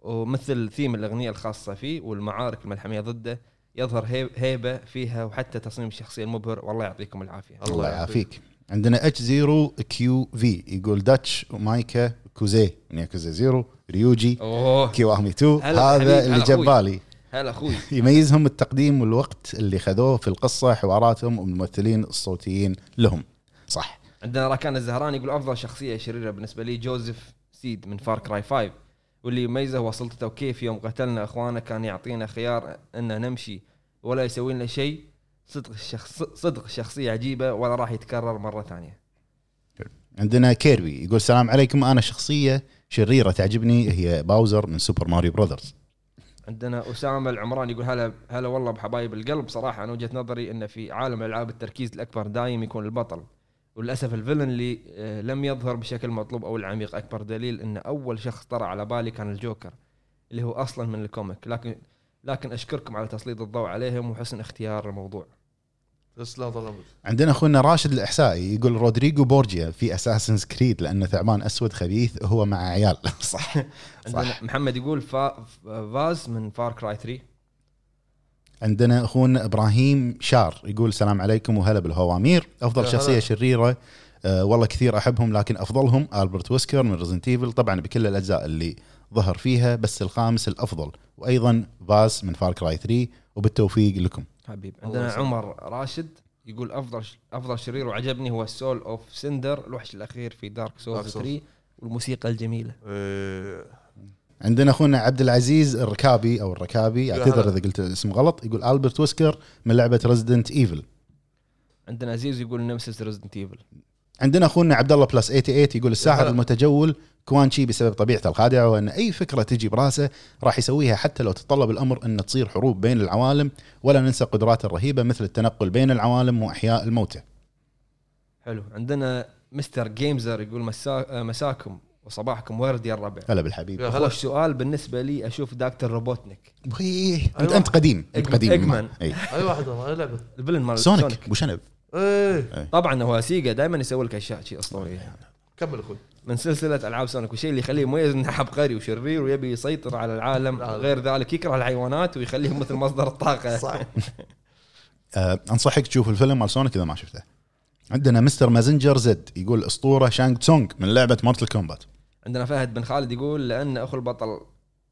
ومثل ثيم الاغنيه الخاصه فيه والمعارك الملحميه ضده يظهر هيب- هيبه فيها وحتى تصميم الشخصيه المبهر والله يعطيكم العافيه
الله يعافيك عندنا اتش 0 كيو في يقول داتش ومايكا كوزي ميكوزي زيرو ريوجي
اوه
كيواهمي 2
هلا
هذا
بالحبيب،
اللي
هلا
جاب
أخوي.
بالي
هلا اخوي
يميزهم التقديم والوقت اللي خذوه في القصه حواراتهم والممثلين الصوتيين لهم صح
عندنا راكان الزهراني يقول افضل شخصيه شريره بالنسبه لي جوزيف سيد من فار كراي 5 واللي يميزه هو سلطته وكيف يوم قتلنا اخوانه كان يعطينا خيار انه نمشي ولا يسوي لنا شيء صدق الشخص صدق الشخصيه عجيبه ولا راح يتكرر مره ثانيه
عندنا كيربي يقول السلام عليكم انا شخصيه شريره تعجبني هي باوزر من سوبر ماريو براذرز
عندنا اسامه العمران يقول هلا هلا والله بحبايب القلب صراحه انا وجهه نظري انه في عالم الالعاب التركيز الاكبر دايم يكون البطل وللاسف الفيلن اللي آه، لم يظهر بشكل مطلوب او العميق اكبر دليل ان اول شخص طرى على بالي كان الجوكر اللي هو اصلا من الكوميك لكن لكن اشكركم على تسليط الضوء عليهم وحسن اختيار الموضوع
تسلم طال عمرك
عندنا اخونا راشد الاحسائي يقول رودريجو بورجيا في اساسنز كريد لانه ثعبان اسود خبيث هو مع عيال [laughs] صح
عندنا
صح
محمد يقول فا فاز من فار كراي 3
عندنا اخونا ابراهيم شار يقول السلام عليكم وهلا بالهوامير افضل
يا هلا.
شخصيه شريره أه والله كثير احبهم لكن افضلهم البرت ويسكر من ريزنت ايفل طبعا بكل الاجزاء اللي ظهر فيها بس الخامس الافضل وايضا فاس من فار كراي 3 وبالتوفيق لكم
حبيب
الله
عندنا
يسلمك.
عمر راشد يقول افضل افضل شرير وعجبني هو السول اوف سندر الوحش الاخير في دارك
Dark Souls.
سولز 3 والموسيقى الجميله
إيه،
عندنا اخونا عبد العزيز الركابي او الركابي
يا
اعتذر
هلا.
اذا قلت اسم غلط يقول البرت ويسكر من لعبه ريزدنت ايفل
عندنا عزيز يقول نمسس ريزدنت ايفل
عندنا اخونا عبد الله بلس 88 يقول الساحر
هلا.
المتجول كوانشي بسبب طبيعته الخادعه وان اي فكره تجي براسه راح يسويها حتى لو تطلب الامر ان تصير حروب بين العوالم ولا ننسى قدراته الرهيبه مثل التنقل بين العوالم واحياء الموتى.
حلو عندنا مستر جيمزر يقول مسا... آه، مساكم وصباحكم ورد يا الربع
هلا بالحبيب.
يا هلا
خوش سؤال بالنسبه لي اشوف دكتور روبوتنيك
بوي، انت
أيوة.
انت قديم انت
إج-
قديم
إجمان.
إي.
اي واحد والله، اي لعبه
الفيلن مال
سونيك ابو شنب
ايه
طبعا هو سيجا دائما يسوي لك اشياء شيء اسطوريه
كمل [laughs] اخوي
من سلسله العاب سونيك والشيء اللي يخليه مميز انه عبقري وشرير ويبي يسيطر على العالم
العالم.
غير ذلك يكره الحيوانات ويخليهم مثل مصدر
[laughs]
الطاقه
صح
آه، انصحك تشوف الفيلم مال سونيك اذا ما شفته. عندنا مستر مازنجر زد يقول اسطوره شانغ تسونغ من لعبه مارتل كومبات.
عندنا فهد بن خالد يقول لان اخو البطل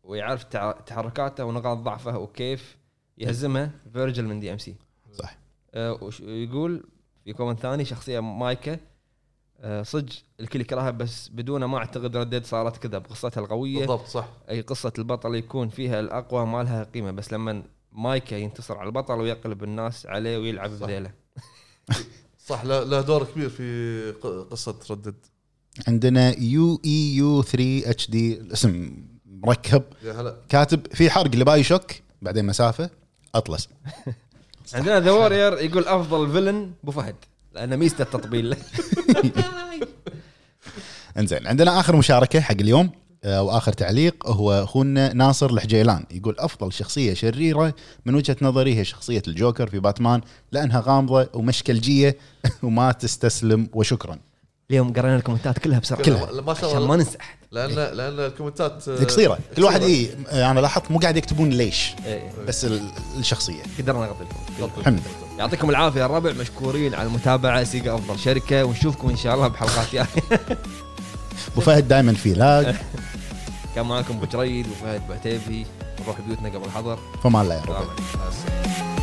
ويعرف تع- تحركاته ونقاط ضعفه وكيف يهزمها فيرجل من دي ام سي
صح.
آه، يقول في كومنت ثاني شخصيه مايكا آه، صج الكل يكرهها بس بدونه ما اعتقد رديت صارت كذا بقصتها القويه
بالضبط صح
اي قصه البطل يكون فيها الاقوى ما لها قيمه بس لما مايكا ينتصر على البطل ويقلب الناس عليه ويلعب
صح.
بذيله
صح له له دور كبير في ق- قصه ردد
عندنا يو اي يو 3 اتش دي الاسم مركب
يا هلا
كاتب في حرق لباي شوك بعدين مسافه اطلس
عندنا ذا وورير يقول افضل فيلن ابو فهد لانه ميزته التطبيل
انزين عندنا اخر مشاركه حق اليوم آه، واخر تعليق هو اخونا ناصر الحجيلان يقول افضل شخصيه شريره من وجهه نظري هي شخصيه الجوكر في باتمان لانها غامضه ومشكلجيه [laughs] وما تستسلم وشكرا
اليوم قرينا الكومنتات كلها بسرعه
كلها. ما شاء
عشان
الله.
ما ننسى احد
لان لان الكومنتات آه،
قصيره كل واحد إيه. اي انا لاحظت مو قاعد يكتبون ليش
إيه.
بس ال- الشخصيه
قدرنا نغطي الكومنتات
بالضبط.
حمد
يعطيكم العافيه يا الربع مشكورين على المتابعه سيجا افضل شركه ونشوفكم ان شاء الله بحلقات جايه
ابو فهد دائما في لاج
[laughs] كان معاكم ابو جريد وفهد بعتيبي نروح بيوتنا قبل الحظر
فما لا يا رب
السلام عليكم. مع السلامة.